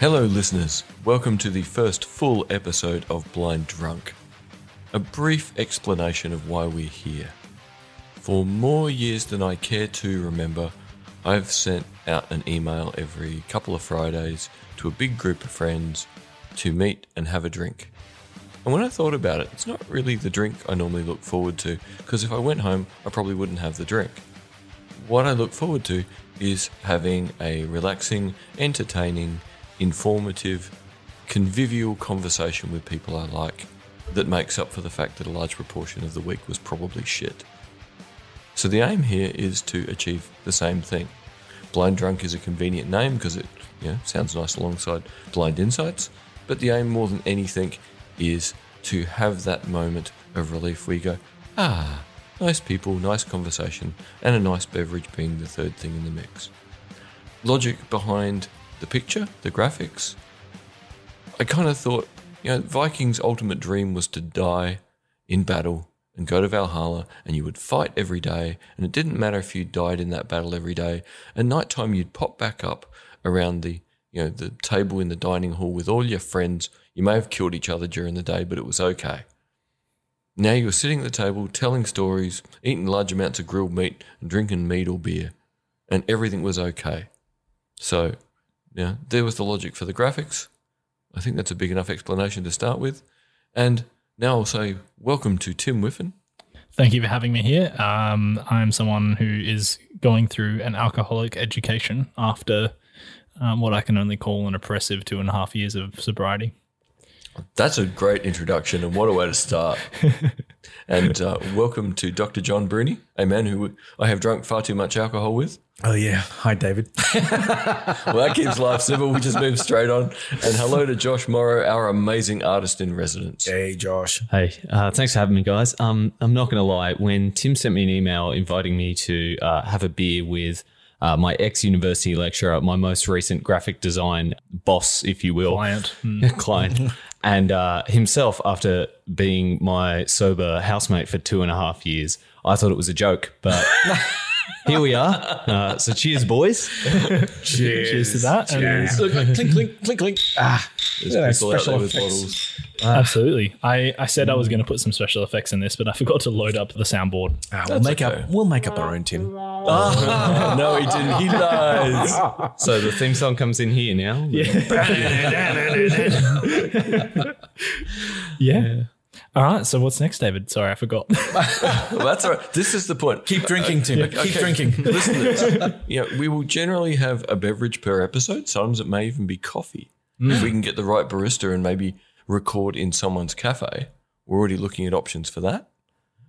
Hello, listeners. Welcome to the first full episode of Blind Drunk. A brief explanation of why we're here. For more years than I care to remember, I've sent out an email every couple of Fridays to a big group of friends to meet and have a drink. And when I thought about it, it's not really the drink I normally look forward to, because if I went home, I probably wouldn't have the drink what I look forward to is having a relaxing, entertaining, informative, convivial conversation with people I like that makes up for the fact that a large proportion of the week was probably shit. So the aim here is to achieve the same thing. Blind Drunk is a convenient name because it you know, sounds nice alongside Blind Insights, but the aim more than anything is to have that moment of relief where you go, ah, nice people, nice conversation, and a nice beverage being the third thing in the mix. Logic behind the picture, the graphics, I kind of thought, you know, Viking's ultimate dream was to die in battle and go to Valhalla and you would fight every day. And it didn't matter if you died in that battle every day. At night time, you'd pop back up around the, you know, the table in the dining hall with all your friends. You may have killed each other during the day, but it was okay. Now you're sitting at the table telling stories, eating large amounts of grilled meat and drinking mead or beer. And everything was okay. So, yeah, there was the logic for the graphics. I think that's a big enough explanation to start with. And now I'll say welcome to Tim Whiffen. Thank you for having me here. Um, I'm someone who is going through an alcoholic education after um, what I can only call an oppressive two and a half years of sobriety. That's a great introduction, and what a way to start. and uh, welcome to Dr. John Bruni, a man who I have drunk far too much alcohol with. Oh yeah. Hi David. Well, that keeps life simple. We just move straight on. And hello to Josh Morrow, our amazing artist in residence. hey Josh. Hey, uh, thanks for having me, guys. Um, I'm not going to lie. When Tim sent me an email inviting me to uh, have a beer with uh, my ex university lecturer, my most recent graphic design boss, if you will, Client. Mm. client, and uh, himself, after being my sober housemate for two and a half years, I thought it was a joke, but. Here we are. Uh, so cheers, boys. Cheers. Cheers to that. And Look, like, clink, clink, clink, clink. There's Yeah, people out special there with effects. bottles. Absolutely. I, I said I was going to put some special effects in this, but I forgot to load up the soundboard. Ah, we'll make okay. up we'll make up our own Tim. no, he didn't. He lies. So the theme song comes in here now. Yeah. All right. So what's next, David? Sorry, I forgot. Well, that's all right. This is the point. Keep drinking, Tim. Keep drinking. Listeners, you know, we will generally have a beverage per episode. Sometimes it may even be coffee. If we can get the right barista and maybe record in someone's cafe, we're already looking at options for that.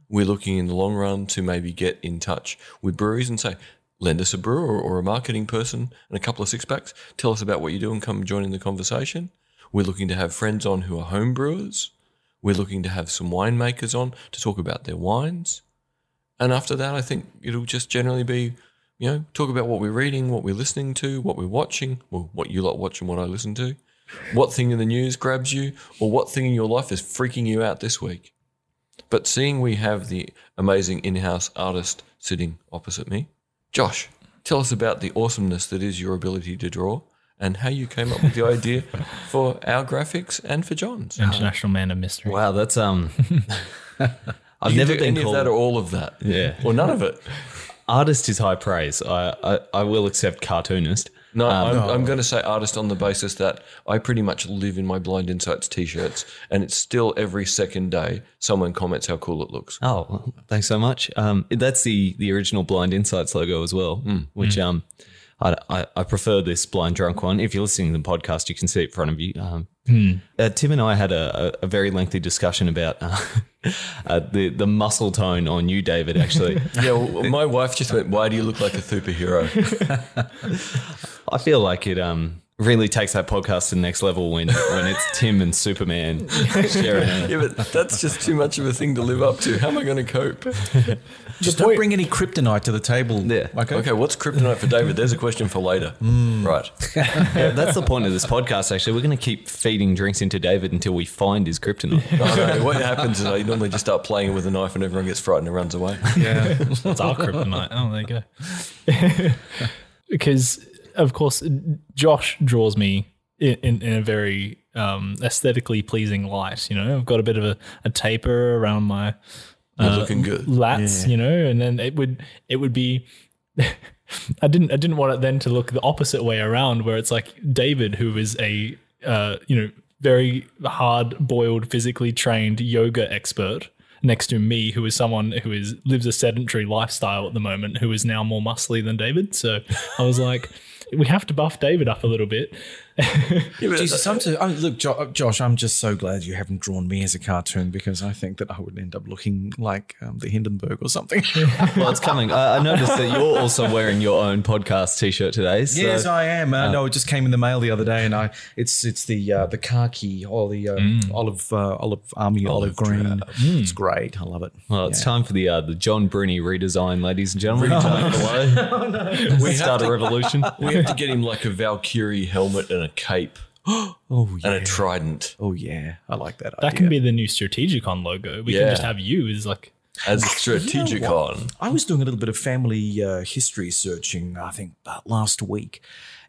We're looking in the long run to maybe get in touch with breweries and say, lend us a brewer or a marketing person and a couple of six packs. Tell us about what you do and come join in the conversation. We're looking to have friends on who are home brewers. We're looking to have some winemakers on to talk about their wines. And after that, I think it'll just generally be, you know, talk about what we're reading, what we're listening to, what we're watching, well, what you lot watch and what I listen to, what thing in the news grabs you, or what thing in your life is freaking you out this week. But seeing we have the amazing in house artist sitting opposite me, Josh, tell us about the awesomeness that is your ability to draw and how you came up with the idea for our graphics and for John's. International Man of Mystery. Wow, that's um. I've You can never do been any called of that or all of that. Yeah. Or none of it. Artist is high praise. I, I, I will accept cartoonist. No, I'm, I'm going to say artist on the basis that I pretty much live in my Blind Insights t-shirts, and it's still every second day someone comments how cool it looks. Oh, well, thanks so much. Um, that's the the original Blind Insights logo as well, which um, I, I I prefer this blind drunk one. If you're listening to the podcast, you can see it in front of you. Um, uh, Tim and I had a, a, a very lengthy discussion about uh, uh, the the muscle tone on you, David. Actually, Yeah, well, my wife just went, "Why do you look like a superhero?" I feel like it um really takes that podcast to the next level when when it's Tim and Superman sharing. a- yeah, but that's just too much of a thing to live up to. How am I going to cope? Just don't bring any kryptonite to the table. Yeah. Okay. Okay, what's kryptonite for David? There's a question for later. Right. Yeah, that's the point of this podcast. Actually, we're going to keep feeding drinks into David until we find his kryptonite. I know, what happens is I normally just start playing with a knife, and everyone gets frightened and runs away. Yeah. That's our kryptonite. Oh, there you go. because, of course, Josh draws me in, in, in a very um, aesthetically pleasing light. You know, I've got a bit of a, a taper around my You're looking good. lats, you know, and then it would it would be. I didn't I didn't want it then to look the opposite way around, where it's like David, who is a uh, you know very hard boiled, physically trained yoga expert. Next to me, who is someone who is lives a sedentary lifestyle at the moment, who is now more muscly than David. So I was like, we have to buff David up a little bit. Jesus, I'm so, oh, look, jo- Josh, I'm just so glad you haven't drawn me as a cartoon because I think that I would end up looking like um, the Hindenburg or something. Well, it's coming. I, I noticed that you're also wearing your own podcast T-shirt today. So yes, I am. Uh, no, it just came in the mail the other day, and I it's it's the uh, the khaki or the uh, olive uh, olive army olive, mm. green. It's great. I love it. well, it's time for the uh, the John Bruni redesign, ladies and gentlemen. Oh, Time for the We have, Start a to, revolution. we have to get him like a Valkyrie helmet and a cape Oh yeah. and a trident oh yeah. I like that. That idea. can be the new Strategicon logo. We Yeah. can just have you as like as a strategic on. I was doing a little bit of family uh, history searching, I think, about last week.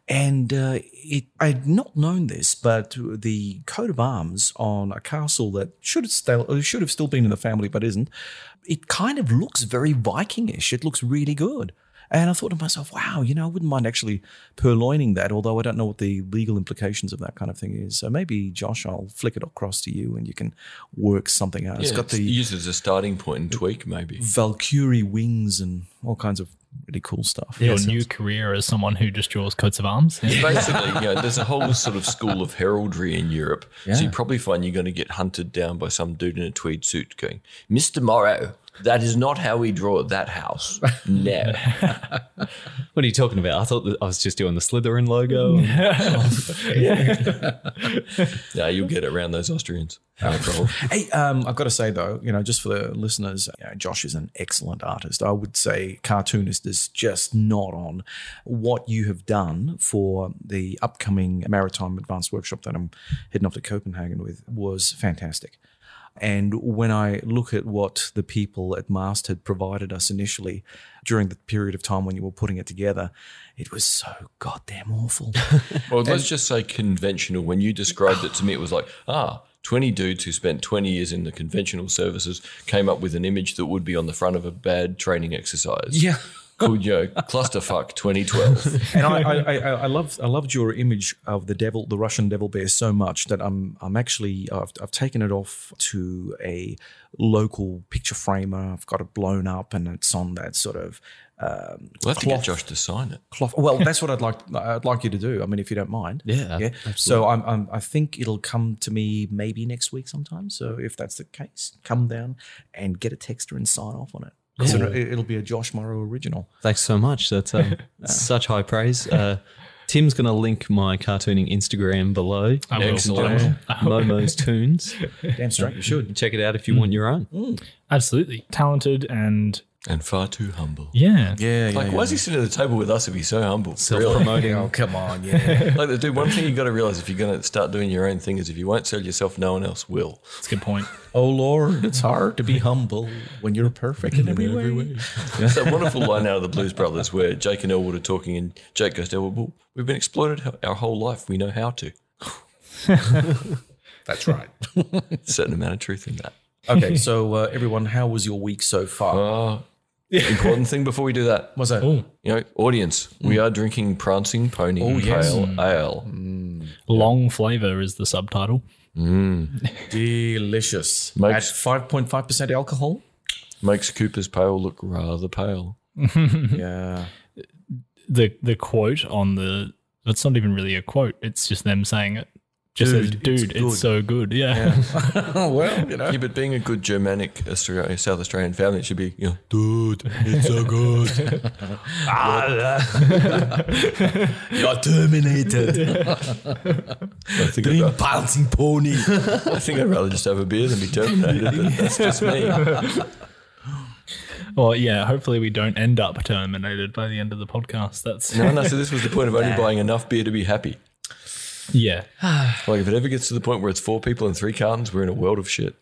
And uh, it, I had not known this, but the coat of arms on a castle that should have, still, uh, should have still been in the family but isn't, it kind of looks very Vikingish. It looks really good. And I thought to myself, wow, you know, I wouldn't mind actually purloining that, although I don't know what the legal implications of that kind of thing is. So maybe, Josh, I'll flick it across to you and you can work something out. it's Yeah, got the use it as a starting point and tweak maybe. Valkyrie wings and all kinds of really cool stuff. your Yes, new career as someone who just draws coats of arms. Basically, you know, there's a whole sort of school of heraldry in Europe. So you probably find you're going to get hunted down by some dude in a tweed suit going, Mr. Morrow, that is not how we draw that house. No. What are you talking about? I thought that I was just doing the Slytherin logo. no, you'll get around those Austrians. Oh. No problem. Hey, um, I've got to say though, you know, just for the listeners, you know, Josh is an excellent artist. I would say cartoonist is just not on what you have done for the upcoming Maritime Advanced Workshop that I'm heading off to Copenhagen with was fantastic. And when I look at what the people at Mast had provided us initially during the period of time when you were putting it together, it was so goddamn awful. Well, let's just say conventional. When you described it to me, it was like, ah, 20 dudes who spent 20 years in the conventional services came up with an image that would be on the front of a bad training exercise. yeah. Called, you know, clusterfuck 2012. and I, I, I, I- I loved I loved your image of the devil, the Russian devil bear, so much that I'm I'm actually I've, I've taken it off to a local picture framer. I've got it blown up, and it's on that sort of um, We'll have to get Josh to sign it. cloth. Well, that's what I'd like I'd like you to do. I mean, if you don't mind. Yeah, Yeah. So I'm, I'm I think it'll come to me maybe next week sometime. So if that's the case, come down and get a texter and sign off on it. 'Cause it'll- it'll be a Josh Morrow original. Thanks so much. That's um, such high praise. Uh, Tim's going to link my cartooning Instagram below. I will. Excellent. Momo's Tunes. Damn straight you should. Check it out if you want your own. Absolutely talented and And far too humble. yeah. Yeah. Like, why is he sitting at the table with us if he's so humble? Really? Promoting. Oh come on, yeah. Like, dude, one thing you got to realize if you're going to start doing your own thing is if you won't sell yourself, no one else will. That's a good point. Oh Lord, it's hard to be humble when you're perfect in every way. It's that wonderful line out of the Blues Brothers where Jake and Elwood are talking, and Jake goes, Elwood, well, we've been exploited ho- our whole life. We know how to. That's right. Certain amount of truth in that. okay, so uh, everyone, how was your week so far? Uh, oh. important thing before we do that, was that? you know, audience, we are drinking Prancing Pony Mm. Oh, yes. Mm. Pale Ale. Long flavor is the subtitle. Delicious. Makes- At five point five percent alcohol. Makes Cooper's Pale look rather pale. Mm-hmm. Yeah. The the quote on the it's not even really a quote. It's just them saying it. Just Dude, says, it's dude, it's, good." so good. Yeah. Oh well, you know. Yeah, but being a good Germanic Australia, South Australian family, it should be, you know, dude, it's so good. Ah, You're terminated. I think, I'd rather, bouncing pony. I think I'd rather just have a beer than be terminated, but that's just me. Well, yeah. Hopefully, we don't end up terminated by the end of the podcast. That's No, no, so this was the point of only buying enough beer to be happy. yeah. Like, if it ever gets to the point where it's four people and three cartons, we're in a world of shit.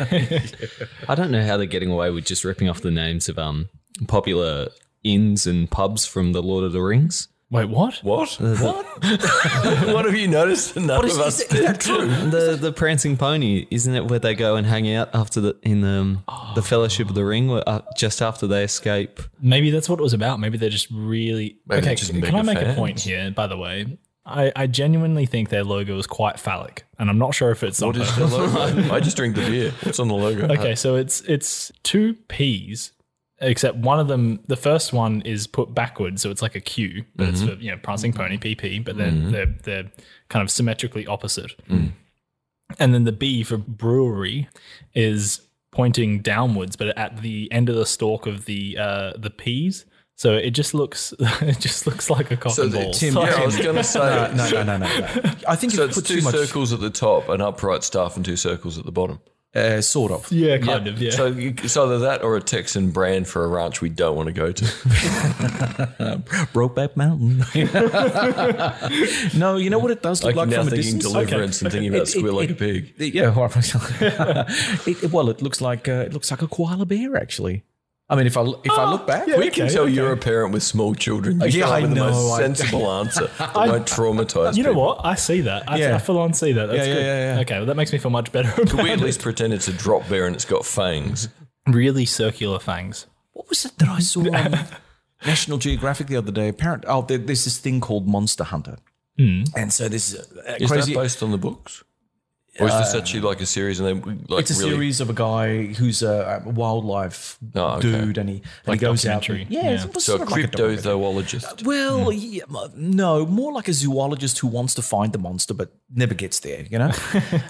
I don't know how they're getting away with just ripping off the names of um popular inns and pubs from the Lord of the Rings. Wait, what? What? What? what have you noticed? None of us did. true? The the prancing pony isn't it where they go and hang out after the in the um, the Fellowship of the Ring, where, uh, just after they escape? Maybe that's what it was about. Maybe they're just really. Maybe okay, they're just can mega I make fans. a point here? By the way, I, I genuinely think their logo is quite phallic, and I'm not sure if it's What on is the logo? I just drink the beer. What's on the logo? Okay, so it's it's two P's, except one of them. The first one is put backwards, so it's like a Q, but it's for you know prancing pony PP. But they're they're they're kind of symmetrically opposite. And then the B for brewery is pointing downwards, but at the end of the stalk of the uh, the peas. So it just looks it just looks like a cotton So the, ball. Tim, yeah, I was going to say. No, no, no, no, no. no. I think So it's it's put two too much. circles at the top, an upright staff, and two circles at the bottom. Uh, sort of. yeah, kind of. Yeah. So you, it's either that or a Texan brand for a ranch we don't want to go to. Brokeback Mountain. no, you know what it does look Like, like, now from a thinking distance. deliverance and thinking about It- it- squeal like it- a pig. Yeah, well, it, well, it looks like uh, it looks like a koala bear actually. I mean, if I if I look back, we can okay, tell you're a parent with small children. You Yeah, come I up with the know, most I- sensible answer that won't traumatize you know people. what? I see that. I, Yeah. I full on see that. That's Yeah, yeah, good. yeah, yeah. Okay, well, that makes me feel much better. about We at least pretend it's a drop bear and it's got fangs. really circular fangs. what was it that I saw on National Geographic the other day? Apparent. Oh, there, there's this thing called Monster Hunter, and so this is a- a Hmm. Is crazy. Uh, that based on the books? Or is this actually like a series and then like it's a really series of a guy who's a, a wildlife Oh, okay. dude, and he, and he goes out. documentary. Yeah, it's Yeah. almost so a Hmm. sort of like documentary. cryptozoologist? Well, yeah, m- no, more like a zoologist who wants to find the monster but never gets there. You know,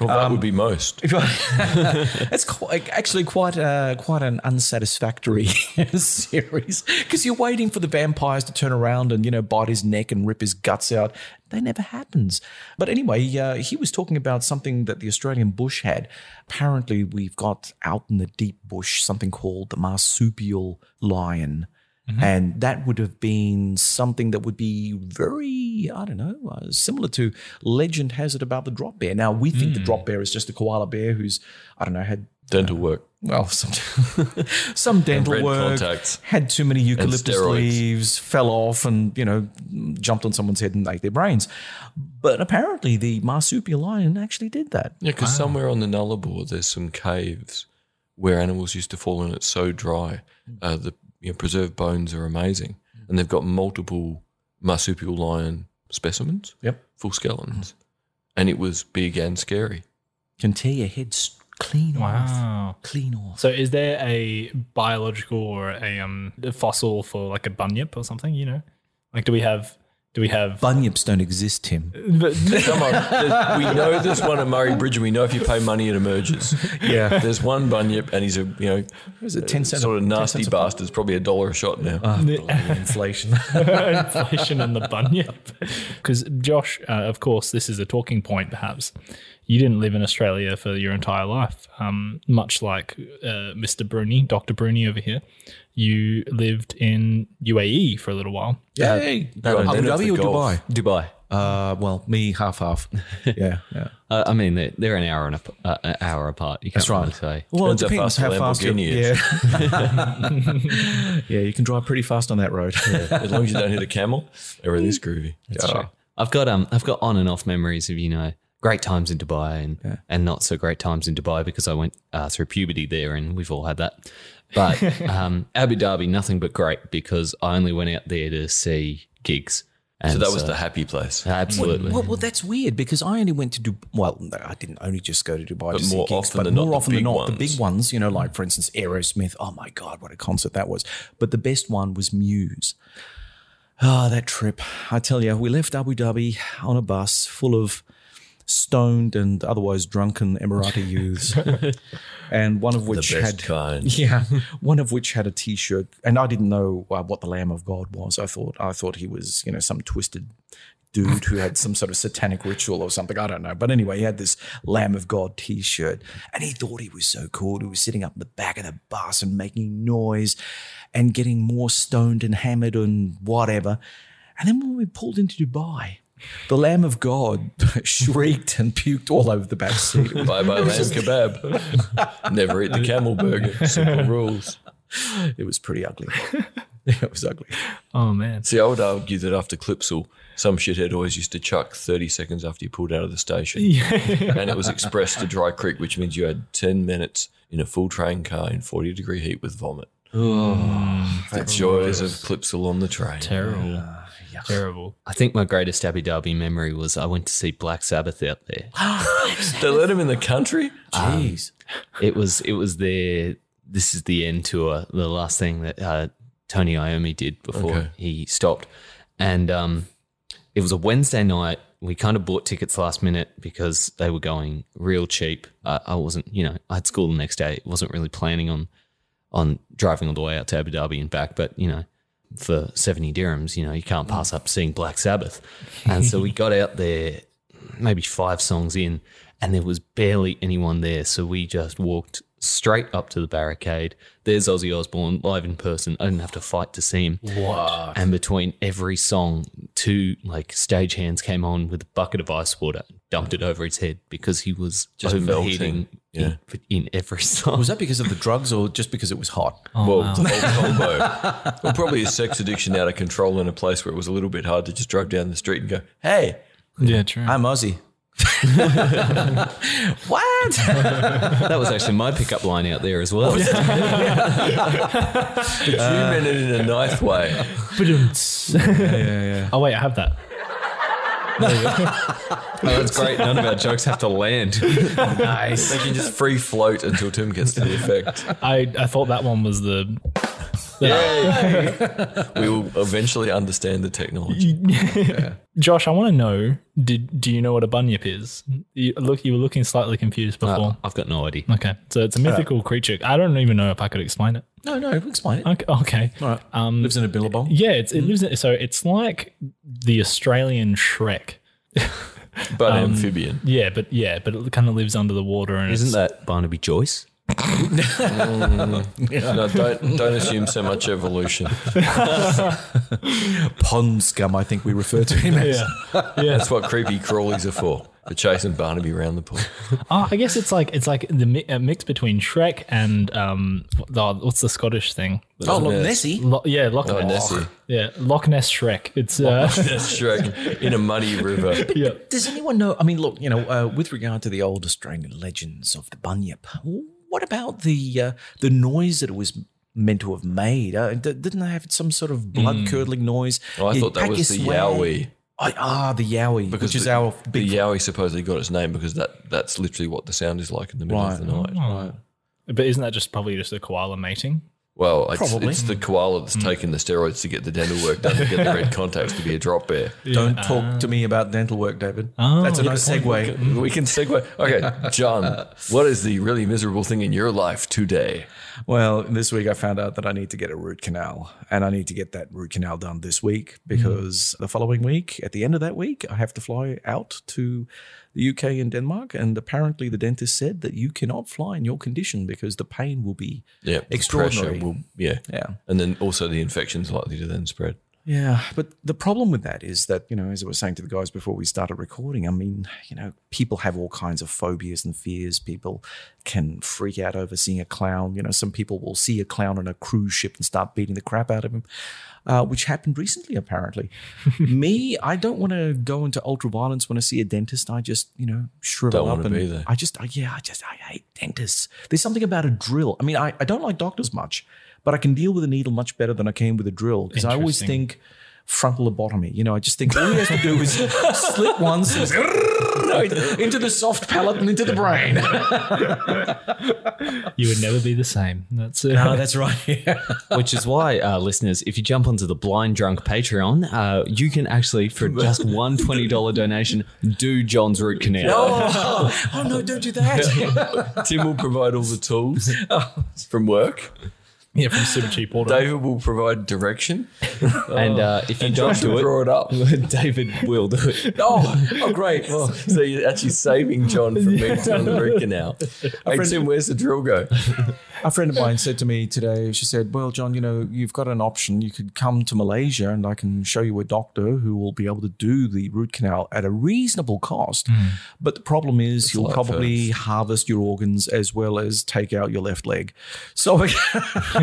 Well, that would be most. it's quite, actually quite a, quite an unsatisfactory series because you're waiting for the vampires to turn around and you know bite his neck and rip his guts out. That never happens. But anyway, uh, he was talking about something that the Australian bush had. Apparently, we've got out in the deep bush something called the marsupial lion. Mm-hmm. And that would have been something that would be very, I don't know, uh, similar to legend has it about the drop bear. Now, we think the Mm. drop bear is just a koala bear who's, I don't know, had, Dental work. well, some, some dental red work, contacts. had too many eucalyptus steroids. leaves, fell off and, you know, jumped on someone's head and ate their brains. But apparently the marsupial lion actually did that. Yeah, because somewhere on the Nullarbor, there's some caves where animals used to fall in. It's so dry. Uh, the you know, preserved bones are amazing, and they've got multiple marsupial lion specimens, Yep. full skeletons, and it was big and scary. Can tear your head s- clean off. Wow. Clean off. So is there a biological or a um a fossil for like a bunyip or something, you know? Like do we have do we have Bunyips don't exist, Tim. Come on, there's- we know there's one at Murray Bridge, and we know if you pay money, it emerges. Yeah. There's one bunyip, and he's a you know Was it 10 cents? sort of nasty bastard. It's probably a Ah, dollar a shot now. inflation. inflation and the bunyip? Because Josh, uh, of course, this is a talking point. Perhaps you didn't live in Australia for your entire life, um, much like uh, Mr. Bruni, Doctor Bruni over here. You lived in UAE for a little while. Yay. Uh, no, no, Abu no, Dhabi for or golf. Dubai? Dubai. Uh, well, me half half. yeah, yeah. Uh, I mean, they're, they're an hour and a, uh, an hour apart. You can't That's right. really say. Well, Depends how fast the Lamborghini you're- Yeah. yeah, you can drive pretty fast on that road. As long as you don't hit a camel, everything's groovy. That's true. I've got um, I've got on and off memories of you know great times in Dubai and and not so great times in Dubai because I went uh, through puberty there and we've all had that. But um, Abu Dhabi, nothing but great because I only went out there to see gigs. And So that was the happy place. absolutely. well, well, that's weird because I only went to Dubai. Well, no, I didn't only just go to Dubai to see more gigs, often but than not, more the often than big not, the ones. Mm. big ones. You know, like for instance, Aerosmith. Oh my God, what a concert that was! But the best one was Muse. Ah, that trip! I tell you, we left Abu Dhabi on a bus full of stoned and otherwise drunken Emirati youths, and one of which the best had kind. Yeah, one of which had a T-shirt, and I didn't know uh, what the Lamb of God was. I thought I thought he was, you know, some twisted dude who had some sort of satanic ritual or something. I don't know, but anyway, he had this Lamb of God T-shirt, and he thought he was so cool. He was sitting up in the back of the bus and making noise, and getting more stoned and hammered and whatever. And then when we pulled into Dubai. The Lamb of God shrieked and puked all over the back seat. It was Bye bye lamb kebab. Never eat the camel burger. Simple rules. It was pretty ugly. it was ugly. Oh man. See, I would argue that after Clipsal, some shithead always used to chuck 30 seconds after you pulled out of the station. Yeah. and it was expressed to Dry Creek, which means you had 10 minutes in a full train car in 40 degree heat with vomit. Mm. the joys of Clipsal on the train. Terrible. Terrible. I think my greatest Abu Dhabi memory was I went to see Black Sabbath out there. They let him in the country? Um, Jeez. it was it was their this is the end tour, the last thing that uh, Tony Iommi did before Okay. he stopped, and um, it was a Wednesday night. We kind of bought tickets last minute because they were going real cheap. Uh, I wasn't, you know, I had school the next day. Wasn't really planning on on driving all the way out to Abu Dhabi and back, but you know, for seventy dirhams, you know, you can't pass up seeing Black Sabbath. And so we got out there, maybe five songs in, and there was barely anyone there. So we just walked straight up to the barricade. There's Ozzy Osbourne live in person. I didn't have to fight to see him. What? And between every song, two like stagehands came on with a bucket of ice water, and dumped it over his head because he was Just overheating melting. Yeah. in, in every song. Was that because of the drugs or just because it was hot? Oh, well, the whole combo. well, probably his sex addiction out of control in a place where it was a little bit hard to just drive down the street and go, hey, Yeah, true. I'm Aussie. What? That was actually my pickup line out there as well. but you meant it in a nice way. Oh wait, I have that. Oh, that's great. None of our jokes have to land. They can just free float until Tim gets to the effect. I, I thought that one was the We will eventually understand the technology. Josh, I want to know. Did do you know what a bunyip is? You, look, you were looking slightly confused before. Uh, I've got no idea. okay, so it's a Uh, mythical creature. I don't even know if I could explain it. No, no, explain it. Okay, okay. All right. Um, Lives in a billabong. yeah, it's, it lives in. So it's like the Australian Shrek. But amphibian. Yeah, but yeah, but it kind of lives under the water and Isn't it's, that Barnaby Joyce? No, don't, don't assume so much evolution. Pond scum, I think we refer to him as. That's what creepy crawlies are for, for chasing Barnaby around the pool. Oh, I guess it's like it's like the mi- a mix between Shrek and um, what- oh, what's the Scottish thing? Oh, look, Yes. Nessie. Lo- yeah, Loch Oh, Ness. Nessie. Yeah, Loch Ness Shrek. It's uh, That's Shrek in a muddy river. yeah. Does anyone Anyone know? I mean, look, you know, uh, with regard to the old Australian legends of the bunyip, what about the uh, the noise that it was meant to have made? Uh, d- didn't they have some sort of Hmm. blood curdling noise? Oh, I You thought that pack was your the swag. yowie. I, ah, the yowie, which is our big. the yowie supposedly got its name because that that's literally what the sound is like in the middle of the night. But isn't that just probably just a koala mating? Well, it's, Probably. it's the koala that's taking the steroids to get the dental work done to get the red contacts to be a drop bear. don't talk to me about dental work, David? Oh, That's a nice segue. We can segue. Okay, John, what is the really miserable thing in your life today? Well, This week, I found out that I need to get a root canal, and I need to get that root canal done this week Mm. because the following week, at the end of that week, I have to fly out to the UK and Denmark. And apparently, the dentist said that you cannot fly in your condition because the pain will be Yeah, the extraordinary. pressure Will, yeah, Yeah. and then also the infection's likely to then spread. Yeah, but the problem with that is that, you know, as I was saying to the guys before we started recording, I mean, you know, people have all kinds of phobias and fears. People can freak out over seeing a clown. You know, some people will see a clown on a cruise ship and start beating the crap out of him, uh, which happened recently, apparently. Me, I don't want to go into ultraviolence when I see a dentist. I just, you know, shrivel Don't up wanna be and there. I just, I, yeah, I just, I hate dentists. There's something about a drill. I mean, I, I don't like doctors much, but I can deal with a needle much better than I can with a drill because I always Interesting. think frontal lobotomy. You know, I just think all you have to do is slit once into the soft palate and into the brain. You would never be the same. That's uh, it. Oh, that's right. Which is why, uh, listeners, if you jump onto the Blind Drunk Patreon, uh, you can actually, for just one $20 donation, do John's root canal. Oh, oh, no, don't do that. Tim will provide all the tools from work. yeah, from super cheap order. David will provide direction. And uh, if you don't Josh will do draw it up. it, David will do it. Oh, oh, great. Well, so you're actually saving John from being on the root canal. Hey, Tim, where's the drill go? A friend of mine said to me today, she said, Well, John, you know, you've got an option. You could come to Malaysia and I can show you a doctor who will be able to do the root canal at a reasonable cost. But the problem is, he'll Hmm. lot probably harvest your organs as well as take out your left leg. So,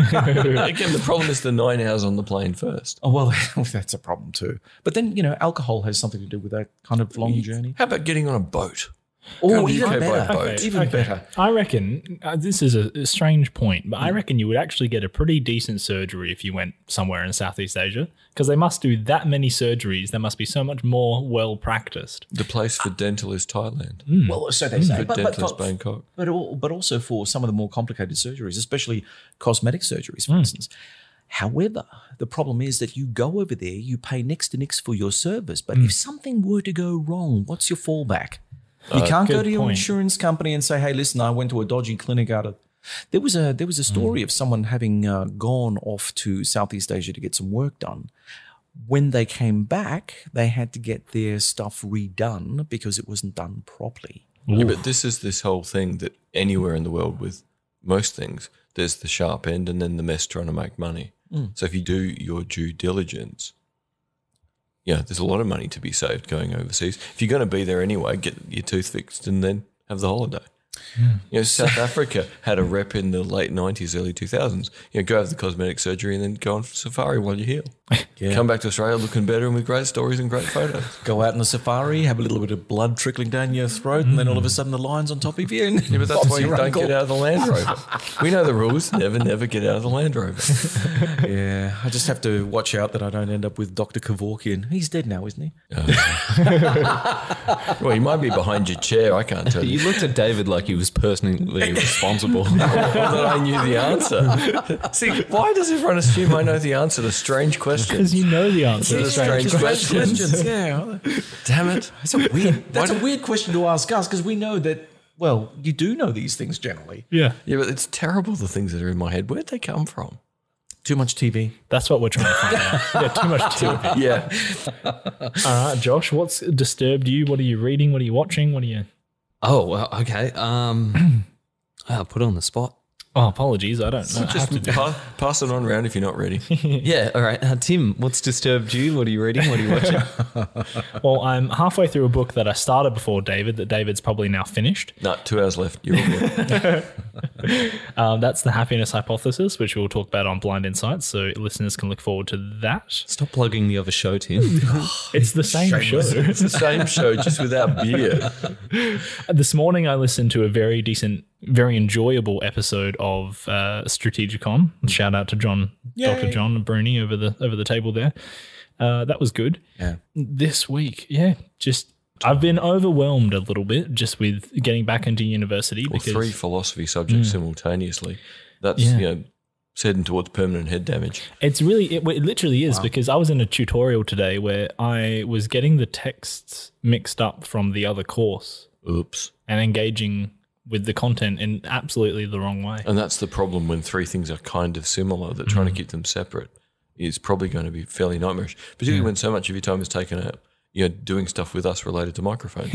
Again, the problem is the nine hours on the plane first. oh, well, that's a problem too. But then, you know, alcohol has something to do with that kind of long journey. How about getting on a boat? Oh, Come to even UK by better. boat. Even better. I reckon uh, this is a, a strange point, but I reckon you would actually get a pretty decent surgery if you went somewhere in Southeast Asia because they must do that many surgeries. They must be so much more well practiced. The place for dental is Thailand. Well, so they say. For But, but, dental is but, Bangkok. but, al- but also for some of the more complicated surgeries, especially cosmetic surgeries, Hmm. for instance. However, the problem is that you go over there, you pay next to next for your service, Hmm. but if something were to go wrong, what's your fallback? You can't go Uh, good to your point. insurance company and say, "Hey, listen, I went to a dodgy clinic out of." There was a there was a Hmm. story of someone having uh, gone off to Southeast Asia to get some work done. When they came back, they had to get their stuff redone because it wasn't done properly. Yeah, but this is this whole thing that anywhere in the world with most things, there's the sharp end and then the mess trying to make money. So if you do your due diligence, yeah, there's a lot of money to be saved going overseas. If you're going to be there anyway, get your tooth fixed and then have the holiday. You know, South Africa had a rep in the late '90s, early 2000s. You know, go have the cosmetic surgery and then go on safari while you heal. Come back to Australia looking better and with great stories and great photos. Go out in the safari, have a little bit of blood trickling down your throat, and then all of a sudden the lion's on top of you. And Mm. Yeah, but that's why you your don't uncle. get out of the Land Rover. we know the rules. Never, never get out of the Land Rover. yeah, I just have to watch out that I don't end up with Doctor Kevorkian. He's dead now, isn't he? Well, you might be behind your chair. I can't tell you. You looked at David like he was personally responsible. Not that I knew the answer. See, why does everyone assume I know the answer to strange questions? Because you know the answer. It's a strange question. yeah, Damn it. that's a weird. That's a weird question to ask us because we know that. Well, you do know these things generally. Yeah, Yeah, but it's terrible the things that are in my head. Where'd they come from? Too much TV. that's what we're trying to find out. Yeah, too much TV. Yeah. All right, Josh, what's disturbed you? What are you reading? What are you watching? What are you? oh, well, okay. Um, ah, put on the spot. Oh, apologies, I don't know. I have to Just do- pa- pass it on round if you're not ready. Yeah, all right. Uh, Tim, what's disturbed you? What are you reading? What are you watching? well, I'm halfway through a book that I started before David. That David's probably now finished. No, two hours left. You're all good. Um, that's the happiness hypothesis, which we'll talk about on Blind Insights, so listeners can look forward to that. Stop plugging the other show, Tim. It's the same show. It's the same show, just without beer. this morning, I listened to a very decent, very enjoyable episode of uh, Strategicon. Shout out to John, Dr. John Bruni over the over the table there. Uh, that was good. Yeah. This week, yeah, just I've been overwhelmed a little bit just with getting back into university Or because three philosophy subjects simultaneously. That's, Yeah. you know, heading towards permanent head damage. It's really, it, it literally is because I was in a tutorial today where I was getting the texts mixed up from the other course Oops. and engaging with the content in absolutely the wrong way. And that's the problem when three things are kind of similar, that trying to keep them separate is probably going to be fairly nightmarish, particularly when so much of your time is taken up, you know, doing stuff with us related to microphones.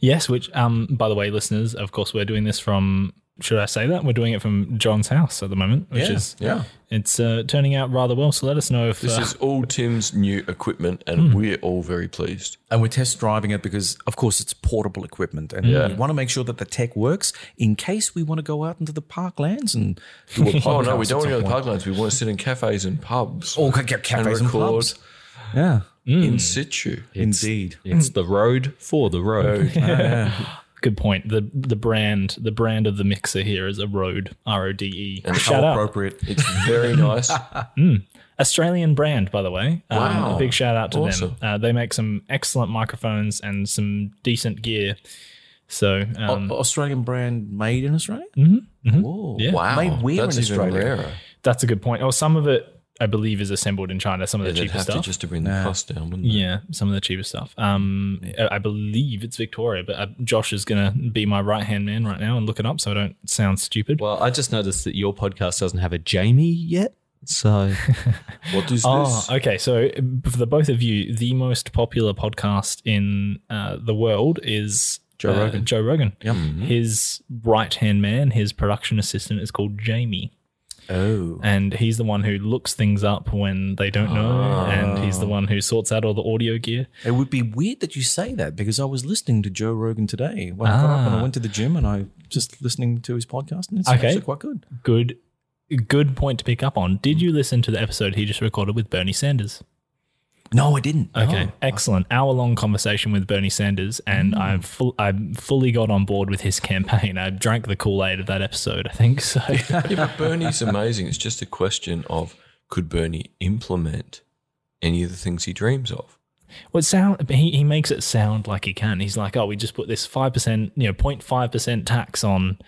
Yes, which, um, by the way, listeners, of course, we're doing this from, should I say that? We're doing it from John's house at the moment, which is, yeah. it's uh, turning out rather well. So let us know if This uh, is all Tim's new equipment, and we're all very pleased. and we're test driving it because, of course, it's portable equipment, and we want to make sure that the tech works in case we want to go out into the parklands and do a podcast. Oh, no, we at don't want to go some to the point. parklands. We want to sit in cafes and pubs Oh, ca- ca- cafes and, record. pubs. Yeah, in situ. indeed. it's the road for the road. good point. The the brand, the brand of the mixer here is a Rode, R O D E. Shout How out. appropriate. It's very nice. Australian brand, by the way. Um, Wow. A big shout out to Awesome. them. Uh, they make some excellent microphones and some decent gear. So, um, A- Australian brand made in Australia. Whoa! Mm-hmm, Yeah. Wow. Made where That's in even Australia? rarer. that's a good point. Oh, some of it, I believe, is assembled in China, some of the They'd cheaper have to stuff. just to bring the cost down, wouldn't they? yeah, some of the cheaper stuff. Um, I I believe it's Victoria, but uh, Josh is going to be my right hand man right now and look it up so I don't sound stupid. Well, I just noticed that your podcast doesn't have a Jamie yet. So What is Oh, this? okay. So for the both of you, the most popular podcast in uh, the world is Joe Rogan. Joe Rogan. His right hand man, his production assistant, is called Jamie. Oh. And he's the one who looks things up when they don't know. And he's the one who sorts out all the audio gear. It would be weird that you say that because I was listening to Joe Rogan today when I got up and I went to the gym and I just listening to his podcast and it's Ah. Okay. actually quite good. Good good point to pick up on. Did you listen to the episode he just recorded with Bernie Sanders? No, I didn't. Oh. Okay, Oh, Mm. excellent. Hour long conversation with Bernie Sanders, and I'm full. I'm fully got on board with his campaign. I drank the Kool Aid of that episode. I think so. Yeah, but Bernie's amazing. It's just a question of could Bernie implement any of the things he dreams of? Well, it sound he, he makes it sound like he can. He's like, oh, we just put this five percent, you know, 05 percent tax on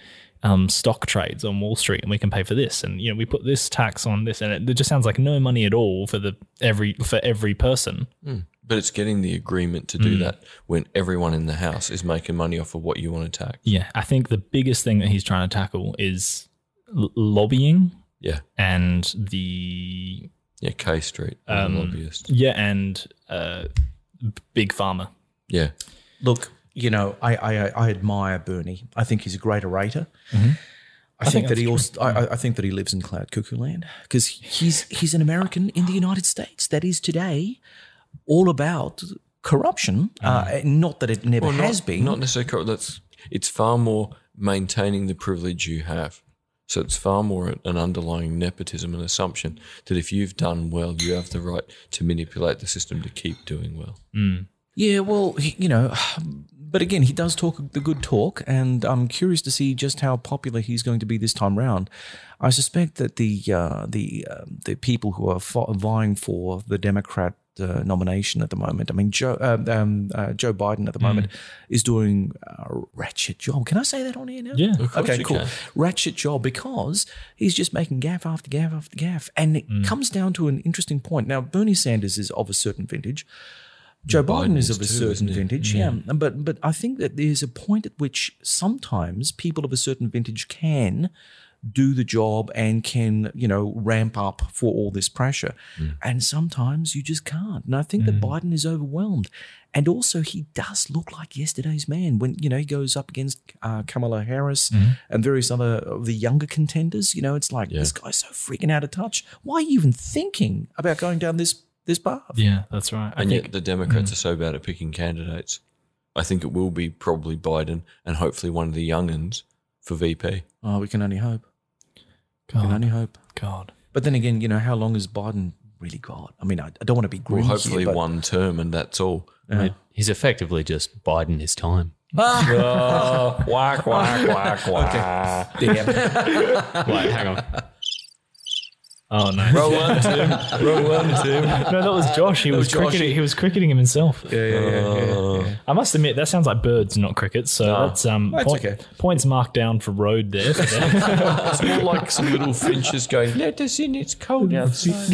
um, stock trades on Wall Street, and we can pay for this, and you know, we put this tax on this, and it, it just sounds like no money at all for the every for every person. But it's getting the agreement to do that when everyone in the house is making money off of what you want to tax. Yeah, I think the biggest thing that he's trying to tackle is l- lobbying Yeah. and the Yeah. K Street. and the lobbyist. yeah and uh, big pharma. Yeah. Look, you know, I, I I admire Bernie. I think he's a great orator. Mm-hmm. I, think, that he also, I, I- I think that he lives in cloud cuckoo land because he's he's an American in the United States that is today all about corruption. Uh, not that it never Mm-hmm. Well, has not, been. Not necessarily corrupt. That's it's far more maintaining the privilege you have. So it's far more an underlying nepotism and assumption that if you've done well, you have the right to manipulate the system to keep doing well. Yeah, well, he, you know, but again, he does talk the good talk, and I'm curious to see just how popular he's going to be this time round. I suspect that the uh, the um the people who are fo- vying for the Democrat uh, nomination at the moment, I mean, Joe um, um, uh, Joe Biden at the moment is doing a ratchet job. Can I say that on here now? Yeah. Okay, cool. Ratchet job because he's just making gaff after gaff after gaff, and it comes down to an interesting point. Now, Bernie Sanders is of a certain vintage. Joe Biden, is of a certain vintage, yeah. But but I think that there's a point at which sometimes people of a certain vintage can do the job and can you know ramp up for all this pressure, and sometimes you just can't. And I think that Biden is overwhelmed, and also he does look like yesterday's man when you know he goes up against uh, Kamala Harris and various other of the younger contenders. You know, it's like this guy's so freaking out of touch. Why are you even thinking about going down this this path? Yeah, that's right. I And think yet the Mm. Democrats are so bad at picking candidates. I think it will be probably Biden and hopefully one of the young'uns for VP. Oh, we can only hope. We can God, only hope. God. But then again, you know, how long has Biden really got? I mean, I, I don't want to be Well, grim. hopefully here, but- one term and that's all. He's effectively just biding his time. Wait, hang on. Oh no! Roll one, Tim. Roll one, Tim. no, that was Josh. He was, cricketing. He was cricketing him himself. Yeah, yeah, yeah, I must admit that sounds like birds, not crickets. So that's um point- okay. points marked down for road there. For them. It's more like some little finches going, let us in, it's cold outside.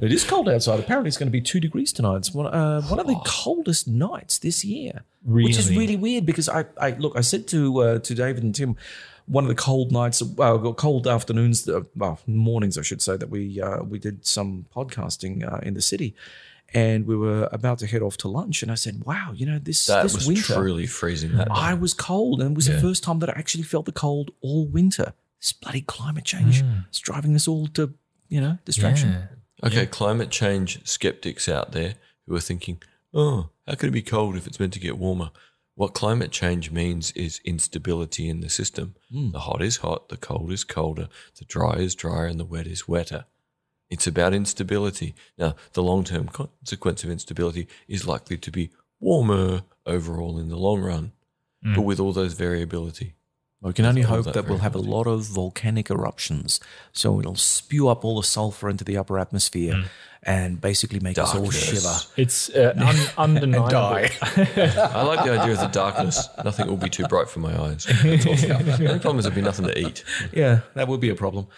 It is cold outside. Apparently, it's going to be two degrees tonight. It's one, uh, one of Oh. the coldest nights this year, which is Really? really weird. Because I, I look, I said to uh, to David and Tim, one of the cold nights, uh, cold afternoons, uh, well, mornings, I should say, that we uh, we did some podcasting uh, in the city, and we were about to head off to lunch, and I said, "Wow, you know this That this was winter." truly freezing that I was cold, and it was the first time that I actually felt the cold all winter. This bloody climate change is driving us all to, you know, distraction. Okay, climate change skeptics out there who are thinking, oh, how can it be cold if it's meant to get warmer? What climate change means is instability in the system. Hmm. The hot is hot, the cold is colder, the dry is drier, and the wet is wetter. It's about instability. Now, the long term consequence of instability is likely to be warmer overall in the long run, Hmm. but with all those variability. We can only all hope that that, we'll have a lot of volcanic eruptions, so it'll spew up all the sulfur into the upper atmosphere and basically make us all Darkness. shiver. It's uh, un- undeniable. I like the idea of the darkness. Nothing will be too bright for my eyes. That's awesome. the only problem is there'll be nothing to eat. Yeah, that would be a problem.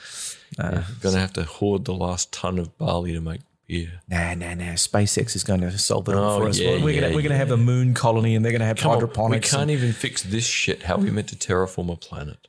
Gonna have to hoard the last ton of barley to make beer. Nah, nah, nah. SpaceX is going to solve it all Oh, for us. yeah, we're yeah, going to have a moon colony, and they're going to have Come on, Oh, we hydroponics. can't even fix this shit. How are we meant to terraform a planet?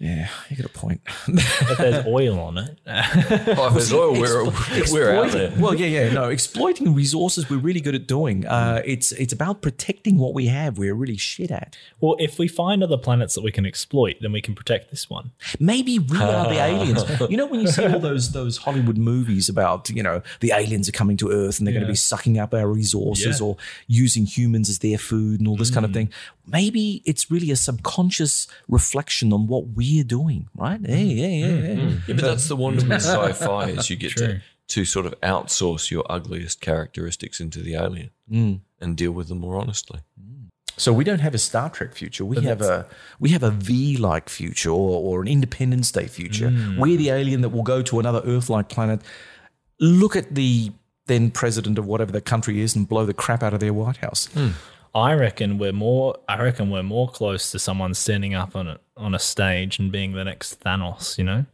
Yeah, you got a point. if there's oil on it. Oh, if there's oil, we're, we're out Exploiting- there. Well, yeah, yeah, no, exploiting resources we're really good at doing. Uh, it's it's about protecting what we have. We're really shit at. Well, if we find other planets that we can exploit, then we can protect this one. Maybe we are the aliens. You know, when you see all those those Hollywood movies about you know the aliens are coming to Earth and they're going to be sucking up our resources Yeah. or using humans as their food and all this kind of thing. Maybe it's really a subconscious reflection on what we're doing, right? Hey, yeah, yeah, yeah. Yeah, but that's the wonder with sci-fi is you get to, to sort of outsource your ugliest characteristics into the alien and deal with them more honestly. So we don't have a Star Trek future. We have a we have a V like future or, or an Independence Day future. We're the alien that will go to another Earth like planet, look at the then president of whatever the country is and blow the crap out of their White House. I reckon we're more. I reckon we're more close to someone standing up on a on a stage and being the next Thanos. You know,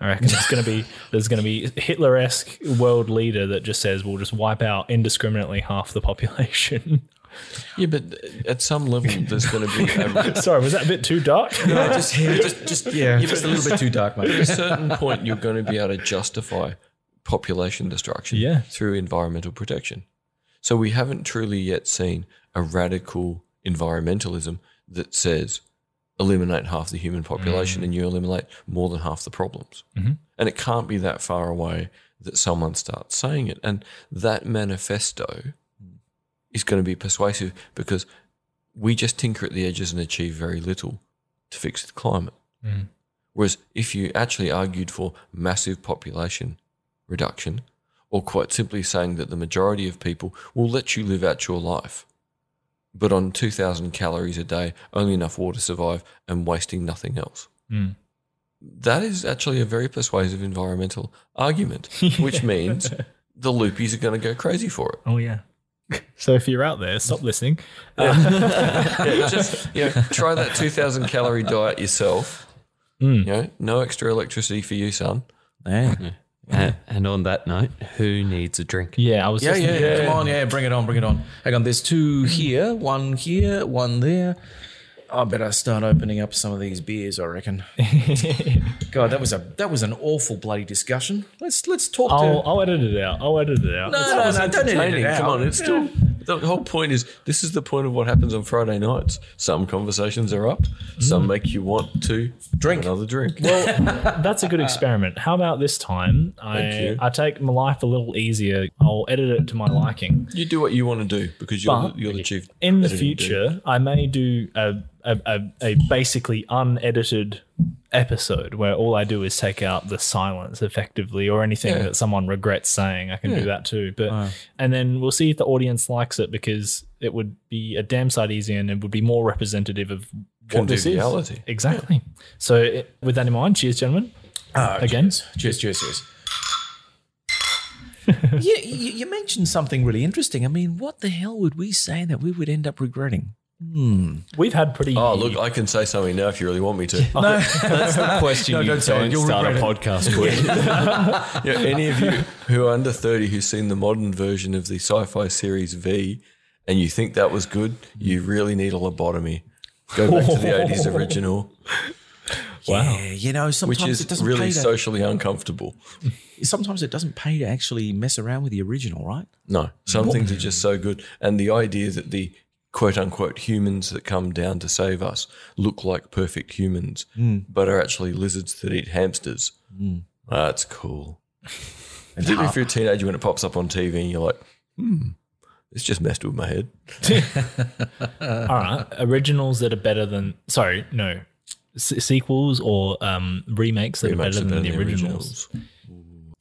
I reckon it's going to be there's going to be Hitler esque world leader that just says we'll just wipe out indiscriminately half the population. Yeah, but at some level, there's going to be a, Sorry, was that a bit too dark? just, yeah, just, just, yeah, just a little bit too dark, mate. at a certain point you're going to be able to justify population destruction Yeah. through environmental protection. So we haven't truly yet seen a radical environmentalism that says eliminate half the human population and you eliminate more than half the problems. And it can't be that far away that someone starts saying it. And that manifesto is going to be persuasive because we just tinker at the edges and achieve very little to fix the climate. Whereas if you actually argued for massive population reduction, or quite simply saying that the majority of people will let you live out your life, but on 2,000 calories a day, only enough water to survive, and wasting nothing else. Mm. That is actually a very persuasive environmental argument, which means the loopies are going to go crazy for it. Oh yeah. So if you're out there, stop listening. Yeah, just you know, try that 2,000 calorie diet yourself. Mm. You know, no extra electricity for you, son. And, and on that note, who needs a drink? Yeah, I was. Yeah, just yeah, yeah, come on, yeah, bring it on, bring it on. Hang on, there's two here, one here, one there. I better start opening up some of these beers, I reckon. God, that was a that was an awful bloody discussion. Let's let's talk to I'll, I'll edit it out. I'll edit it out. no, no, don't edit entertaining. it Come out. on, it's still the whole point is this is the point of what happens on Friday nights. Some conversations are up, some make you want to drink another drink. That's a good experiment. How about this time? I you. I take my life a little easier. I'll edit it to my liking. you do what you want to do because you're But- the, you're the chief. In the editing dude. future, I may do a, a, a, a basically unedited episode where all I do is take out the silence effectively or anything Yeah. that someone regrets saying. I can do that too. But and then we'll see if the audience likes it because it would be a damn sight easier and it would be more representative of what this is. Conviviality. Exactly. So it, with that in mind, cheers, gentlemen. Again. Ah, Cheers, cheers, cheers. you, you, you mentioned something really interesting. I mean, what the hell would we say that we would end up regretting? We've had pretty. Oh look, I can say something now if you really want me to. That's the question you Ah, don't don't, say it. You'll start a regret podcast with. Yeah, any of you who are under thirty who've seen the modern version of the sci-fi series V, and you think that was good, you really need a lobotomy. Go back to the eighties original, wow. Yeah, you know, sometimes which it is doesn't really pay to, socially uncomfortable. sometimes it doesn't pay to actually mess around with the original, right? No, some things are just so good. And the idea that the quote unquote humans that come down to save us look like perfect humans, but are actually lizards that eat hamsters. That's cool. Particularly if you're a teenager when it pops up on TV and you're like, hmm, it's just messed with my head. All right, originals that are better than sorry, no, S- sequels or um, remakes that Remakes are better than the originals.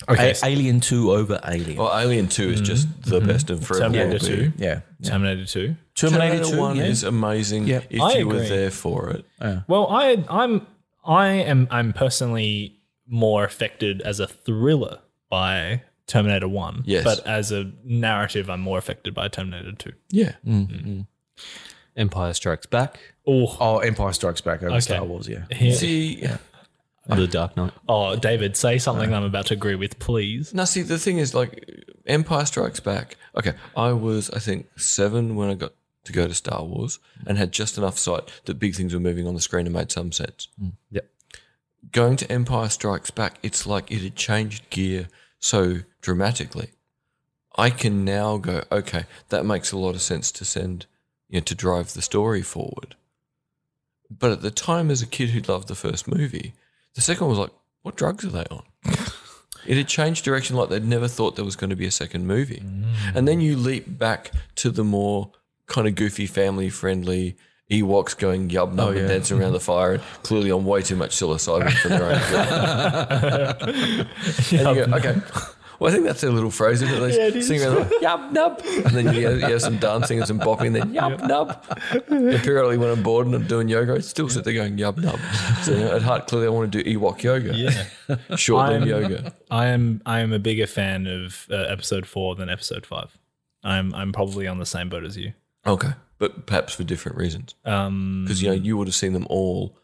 Okay, A- Alien Two over Alien. Well, Alien 2 is just the best and forever. will Terminator be. Two, Yeah. Terminator Two. Terminator, Terminator 2, 1 yeah. is amazing Yep. if I you were agree. there for it. Well, I I'm I am I'm personally more affected as a thriller by Terminator One. Yes. but as a narrative, I'm more affected by Terminator Two. Yeah. Empire Strikes Back, Oh, Oh, Empire Strikes Back over Star Wars, yeah. here- See, The Dark Knight. oh, David, say something that I'm about to agree with, please. Now, see, the thing is, like, Empire Strikes Back. Okay, I was, I think, seven when I got to go to Star Wars and had just enough sight that big things were moving on the screen and made some sense. Yep. going to Empire Strikes Back, it's like it had changed gear so dramatically. I can now go, okay, that makes a lot of sense to send, you know, to drive the story forward. But at the time, as a kid who loved the first movie, the second one was like, what drugs are they on? it had changed direction like they'd never thought there was going to be a second movie. And then you leap back to the more kind of goofy, family friendly Ewoks going yub nub and dancing around the fire and clearly on way too much psilocybin for their own good. And you go, okay. Well, I think that's a little phrase, isn't it? They sing around, like, yub nub. And then you have, you have some dancing and some bopping, and then yub nub. And periodically, when I'm bored and I'm doing yoga, I still sit there going yub nub. So you know, at heart, clearly, I want to do Ewok yoga, Yeah. short limb I'm- yoga. I am I am a bigger fan of uh, episode four than episode five. I'm I'm probably on the same boat as you. Okay. But perhaps for different reasons. Um, Because, you know, you would have seen them all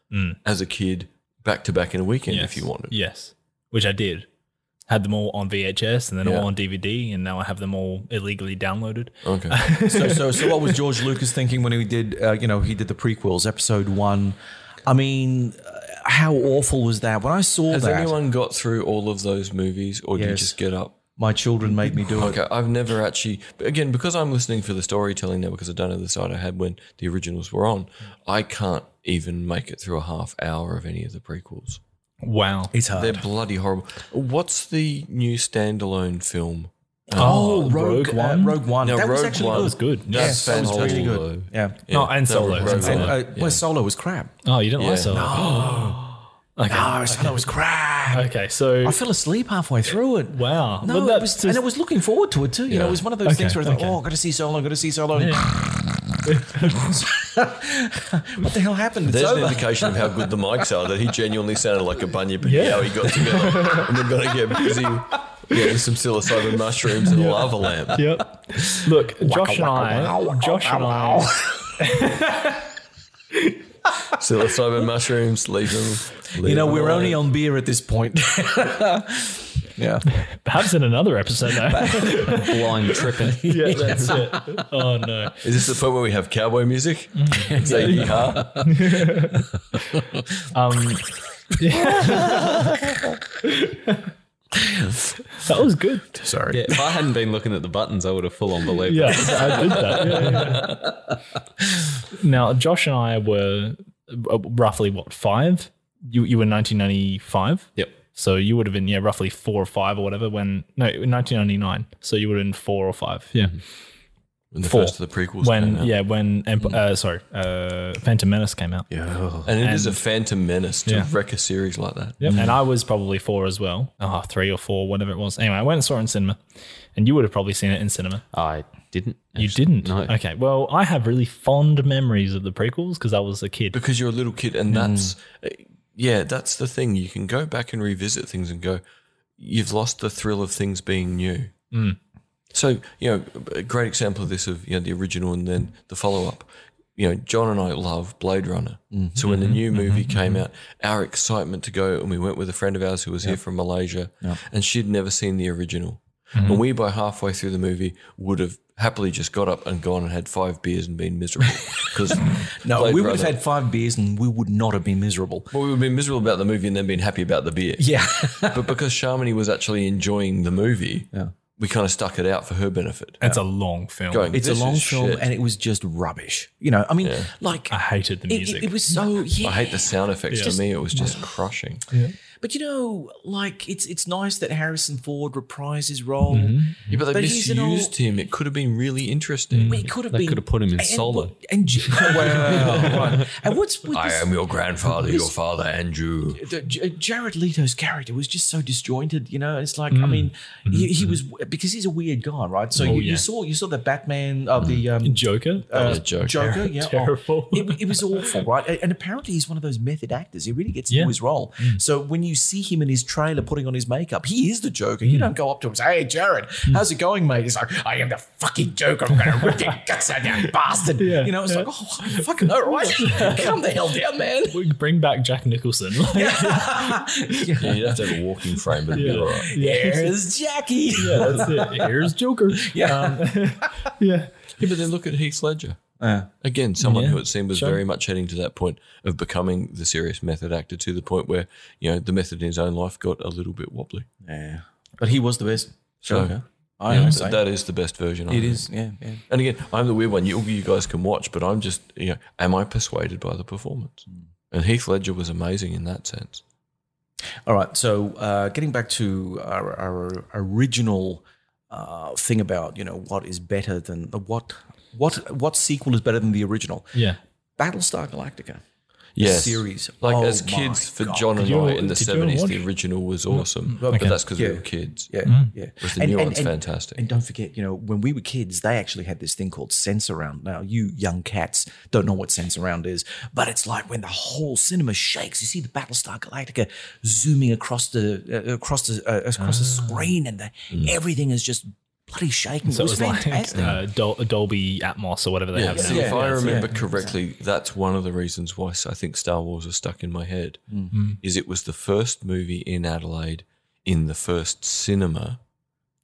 as a kid back to back in a weekend if Mm. yes. you wanted. yes, which I did. Had them all on VHS and then all on DVD, and now I have them all illegally downloaded. Okay. so, so, so what was George Lucas thinking when he did, uh, you know, he did the prequels, episode one? I mean, uh, how awful was that? When I saw Has that, anyone got through all of those movies or do you Yes. just get up? my children made me do it. Okay, I've never actually, but again, because I'm listening for the storytelling now, because I don't know the side I had when the originals were on, I can't even make it through a half hour of any of the prequels. Wow. It's hard. They're bloody horrible. What's the new standalone film? Oh, Rogue One? uh, Rogue One. Now, that was Rogue actually One- good. was good. That's Yes, that was Solo. actually good. Yeah. No, and that was Solo. Rogue And, One. uh, Where Solo was crap. Oh, you didn't Yeah. like Solo. okay. Oh, Solo was crap. Okay, so I fell asleep halfway through it. wow. No, But that- it was, and I was looking forward to it too. You know, it was one of those Okay, things where I thought, okay. "Oh, I got to see Solo, got to see Solo." what the hell happened? It's There's an over. indication of how good the mics are that he genuinely sounded like a bunyip and how he got together. and we're going to get busy getting some psilocybin mushrooms and a lava lamp. yep. Look, Josh and I, Josh and I, Psilocybin mushrooms, leave them. You leave know, them we're alone. only on beer at this point. yeah. perhaps in another episode though. blind tripping. yeah, that's it. Oh no. Is this the point where we have cowboy music? Is that yeehaw? Um, that was good. Sorry. Yeah, if I hadn't been looking at the buttons, I would have full on believed Yeah, it. I did that. Yeah, yeah, yeah. Now, Josh and I were uh, roughly what five? You you were 1995. Yep. So you would have been yeah roughly four or five or whatever when no 1999. So you would have been four or five. Yeah. When the Four. first of the prequels when came out. yeah when Emp- uh, sorry uh, Phantom Menace came out. Yeah. And it is a phantom menace to Yeah. wreck a series like that. Yep. And I was probably four as well. Oh, three or four, whatever it was. Anyway, I went and saw it in cinema, and you would have probably seen it in cinema. I didn't. You actually. didn't. No. Okay. Well, I have really fond memories of the prequels because I was a kid. Because you're a little kid Hmm. and that's, yeah, that's the thing. You can go back and revisit things and go, you've lost the thrill of things being new. Hmm. So, you know, a great example of this of, you know, the original and then the follow-up. You know, John and I love Blade Runner. Mm-hmm. So when the new movie came out, our excitement to go and we went with a friend of ours who was here from Malaysia and she'd never seen the original. Mm-hmm. And we by halfway through the movie would have happily just got up and gone and had five beers and been miserable because No, we would have had five beers and we would not have been miserable. well, we would have been miserable about the movie and then been happy about the beer. Yeah. But because Sharmini was actually enjoying the movie, we kind of stuck it out for her benefit. It's a long film. Going, It's "This a long is film shit." and it was just rubbish. You know, I mean, like, I hated the it- music. It, it was so, yeah. I hate the sound effects. To me, it was just crushing. But you know, like, it's it's nice that Harrison Ford reprised his role. Yeah, but they But he's misused an old- him. It could have been really interesting. It could have They been. could have put him in and- Solo. And, wow, right. and what's with I this- am your grandfather, your father, Andrew. the- J- Jared Leto's character was just so disjointed, you know. It's like, I mean, he, he was because he's a weird guy, right? So you, yeah. you saw you saw the Batman of the um, Joker. uh, was a joke. Joker, yeah, oh, Terrible. it, it was awful, right? And- And apparently he's one of those method actors. He really gets Yeah. Mm. into his role. So when you see him in his trailer putting on his makeup, he is the Joker. Mm. You don't go up to him and say, "Hey, Jared, how's it going, mate?" He's like, "I am the fucking Joker. I'm going to rip your guts out, you bastard." Yeah, You know, it's yeah. like, "Oh, I fucking all right, calm the hell down, man." We bring back Jack Nicholson. yeah. Yeah, you'd have to have a walking frame, but it'd be all right. Here's Jackie. Yeah, that's it. Here's Joker. Um, Yeah. Yeah. Yeah, but then look at Heath Ledger. Again, someone Yeah, who it seemed was very much heading to that point of becoming the serious method actor to the point where, you know, the method in his own life got a little bit wobbly. Yeah. But he was the best So, Joker. I Yeah, yeah, th- that is the best version. I It think. is, yeah, yeah. And again, I'm the weird one. You, you guys can watch, but I'm just, you know, am I persuaded by the performance? And Heath Ledger was amazing in that sense. All right, So, uh, getting back to our, our original uh, thing about you know what is better than the what what what sequel is better than the original? Yeah. Battlestar Galactica Yes. series, Like Oh as my kids for God. John and Did you I ever- in the did you ever 70s, the watch- original was awesome. But Okay. that's because we Yeah. were kids. Yeah, yeah. With the new one's fantastic. And don't forget, you know, when we were kids, they actually had this thing called sense around. Now, you young cats don't know what sense around is, but it's like when the whole cinema shakes. You see the Battlestar Galactica zooming across the uh, across the uh, across the screen, and the, everything is just bloody shaking. So it was, fantastic. like uh, Dol- Dolby Atmos or whatever they have So now. if I remember correctly, that's one of the reasons why I think Star Wars is stuck in my head. Mm. Mm. Is it was the first movie in Adelaide in the first cinema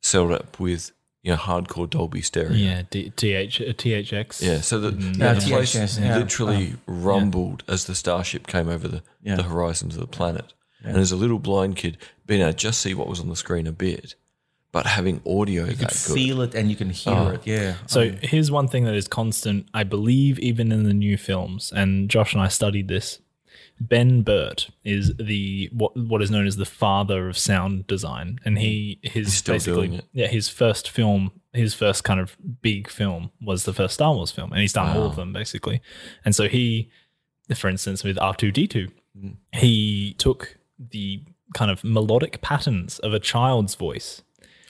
set up with you know hardcore Dolby stereo. Yeah, Mm. D- TH, uh, THX. Yeah, so the, Yeah, the place THX, yeah. literally rumbled as the starship came over the, the horizons of the planet. And as a little blind kid, being able to just see what was on the screen a bit, but having audio that good. Oh. feel it and you can hear it. Yeah. So here's one thing that is constant, I believe, even in the new films, and Josh and I studied this. Ben Burt is the what what is known as the father of sound design, and he his still basically doing it. yeah his first film, his first kind of big film was the first Star Wars film, and he's done all of them basically, and so he, for instance, with R two D two, Mm. he took the kind of melodic patterns of a child's voice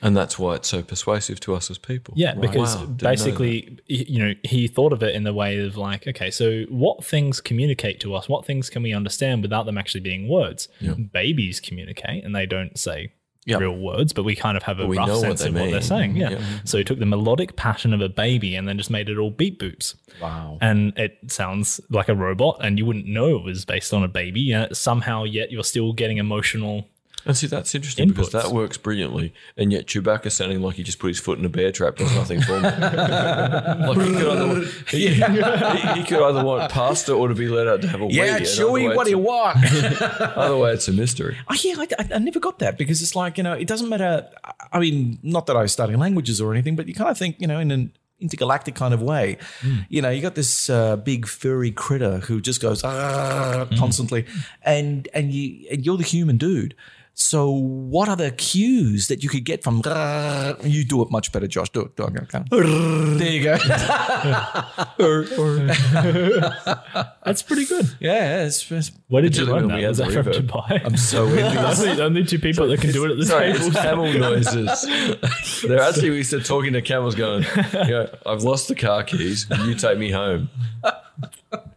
and that's why it's so persuasive to us as people. yeah, Right. because Wow, didn't know that. basically, y- you know, he thought of it in the way of like, okay, so what things communicate to us? What things can we understand without them actually being words? Babies communicate and they don't say Yeah. real words, but we kind of have a we rough know what sense they of what they're mean. saying. Yeah. Yeah. So he took the melodic pattern of a baby and then just made it all beep boops. Wow. And it sounds like a robot and you wouldn't know it was based on a baby. And somehow, yet you're still getting emotional. And see, that's interesting because Inputs. that works brilliantly, and yet Chewbacca sounding like he just put his foot in a bear trap does nothing for me. like he could, either want, he, he- he could either want pasta or to be let out to have a wee. yeah, and Chewie, either way what do you it's want? a- Either way, it's a mystery. Oh, yeah, I, I- I never got that because it's like, you know, it doesn't matter. I- I mean, not that I was studying languages or anything, but you kind of think, you know, in an intergalactic kind of way, Hmm. you know, you got this uh, big furry critter who just goes "Ah," Hmm. constantly and, and you, and you're the human dude. So what are the cues that you could get from "Ah," you do it much better, Josh. Do it. Do it. Come on. There you go. That's pretty good. Yeah, yeah, it's, it's Where did you Particularly learn when we that? had Was the that from reverb. Dubai? I'm so envious. Only, only two people that can do it at this Sorry, table. it's camel noises. They're actually we said talking to camels, going, "Yeah, I've lost the car keys. You take me home."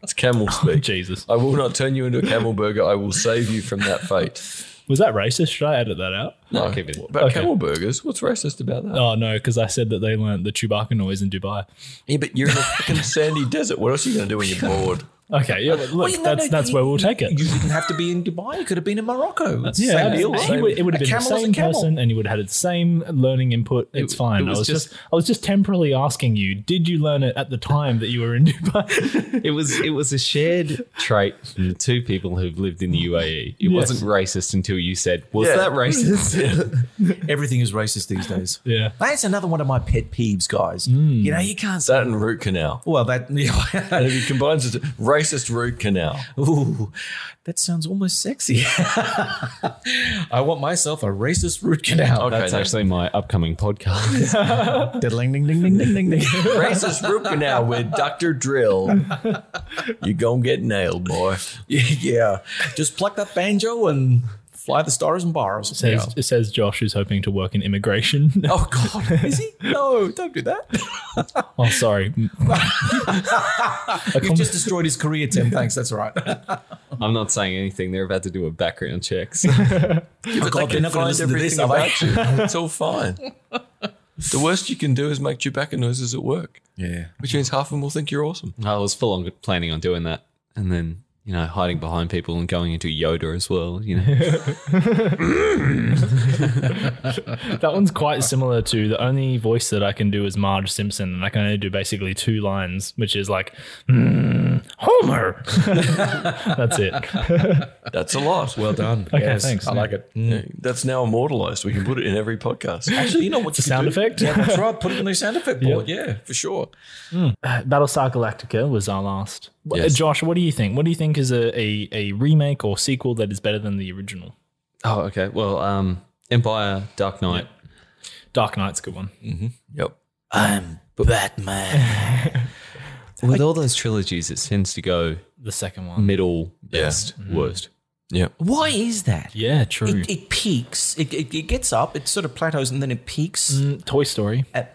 It's camel speech. Jesus. I will not turn you into a camel burger. I will save you from that fate. Was that racist? Should I edit that out? No, keep it. About Okay. camel burgers? What's racist about that? Oh, no, because I said that they learnt the Chewbacca noise in Dubai. Yeah, but you're in a fucking sandy desert. What else are you going to do when you're bored? Okay, yeah, but look, you know, that's, no, that's you- where we'll take it. You didn't have to be in Dubai. You could have been in Morocco. That's yeah, same deal. absolutely. He would- it would have A been the camel is a same camel. person, and you would have had the same learning input. It's fine. it I was was just, just- I was just temporarily asking you, did you learn it at the time that you were in Dubai? It was it was a shared trait from the two people who've lived in the UAE. It wasn't racist until you said, "Was Yeah. that racist?" Everything is racist these days. yeah, Hmm. That's another one of my pet peeves, guys. You know, you can't say. That and root canal. Well, that And if he combines it, to racist root canal. ooh, that sounds almost sexy. I want myself a racist root canal. Okay, That's no. actually my upcoming podcast. Diddling, ding, ding, ding, ding, ding, ding. racist root canal with Doctor Drill. You're gonna get nailed, boy. yeah, just pluck that banjo and fly the stars and bars. it says, it says Josh is hoping to work in immigration. Oh God, is he? No, don't do that. oh, sorry. You've just destroyed his career, Tim. Thanks. That's all right. I'm not saying anything. They're about to do a background check. so- Oh, God, they're not going to listen to this, are they? you. It's all fine. The worst you can do is make Chewbacca noises at work, Yeah. which means half of them will think you're awesome. I was full on planning on doing that, and then you know, hiding behind people and going into Yoda as well. You know, That one's quite similar to the only voice that I can do is Marge Simpson, and I can only do basically two lines, which is like, "Mm, Homer. That's it. That's a lot. Well done. Okay, thanks. I like it. Yeah, that's now immortalized. We can put it in every podcast. Actually, you know what? It's a sound effect. Yeah, that's right. Put it in the sound effect board. Yeah, for sure. Battlestar Galactica was our last. Uh, Yes. Josh, what do you think? What do you think is a, a, a remake or sequel that is better than the original? oh okay, well, um, Empire, Dark Knight. Dark Knight's a good one. Yep. I'm Batman. With all those trilogies, it tends to go The second one. middle, best, worst. Yep. Why is that? Yeah, true. It, it peaks. It, it, it gets up. It sort of plateaus and then it peaks. Mm, Toy Story. At,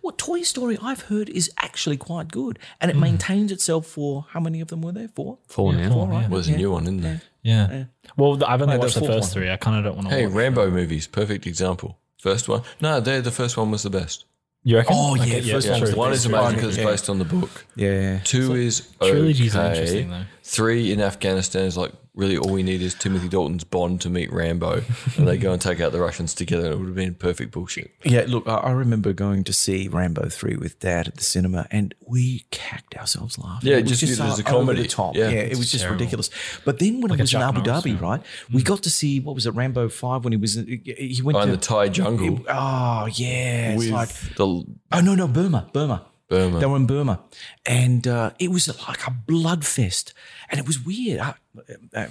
what Toy Story I've heard is actually quite good, and Mm. it maintains itself for how many of them were there? Four. Four now. Was a new one, isn't there? Yeah. Well, th- I've only the watched the, fourth first one. three. I kind of don't want to Hey, watch. Rambo movies, perfect example. First one. No, they the first one was the best. You reckon? Oh, yeah, First Yeah, one is amazing because it's based on the book. Yeah. Two is trilogies are okay. interesting, though. Three in Afghanistan is like really all we need is Timothy Dalton's Bond to meet Rambo, and they go and take out the Russians together. and It would have been perfect bullshit. Yeah, look, I remember going to see Rambo three with Dad at the cinema, and we cacked ourselves laughing. Yeah, was just viewed it as a over comedy. the top. Yeah. Yeah, it was just terrible. ridiculous. But then when a it was in Chuck Abu Norris Dhabi, film. Mm. right? We got to see what was it, Rambo five? When he was in, he went Oh, in to the Thai jungle oh yeah, it's with like the oh no no Burma Burma. Burma. They were in Burma, and uh, it was like a blood fest, and it was weird. I, um, uh,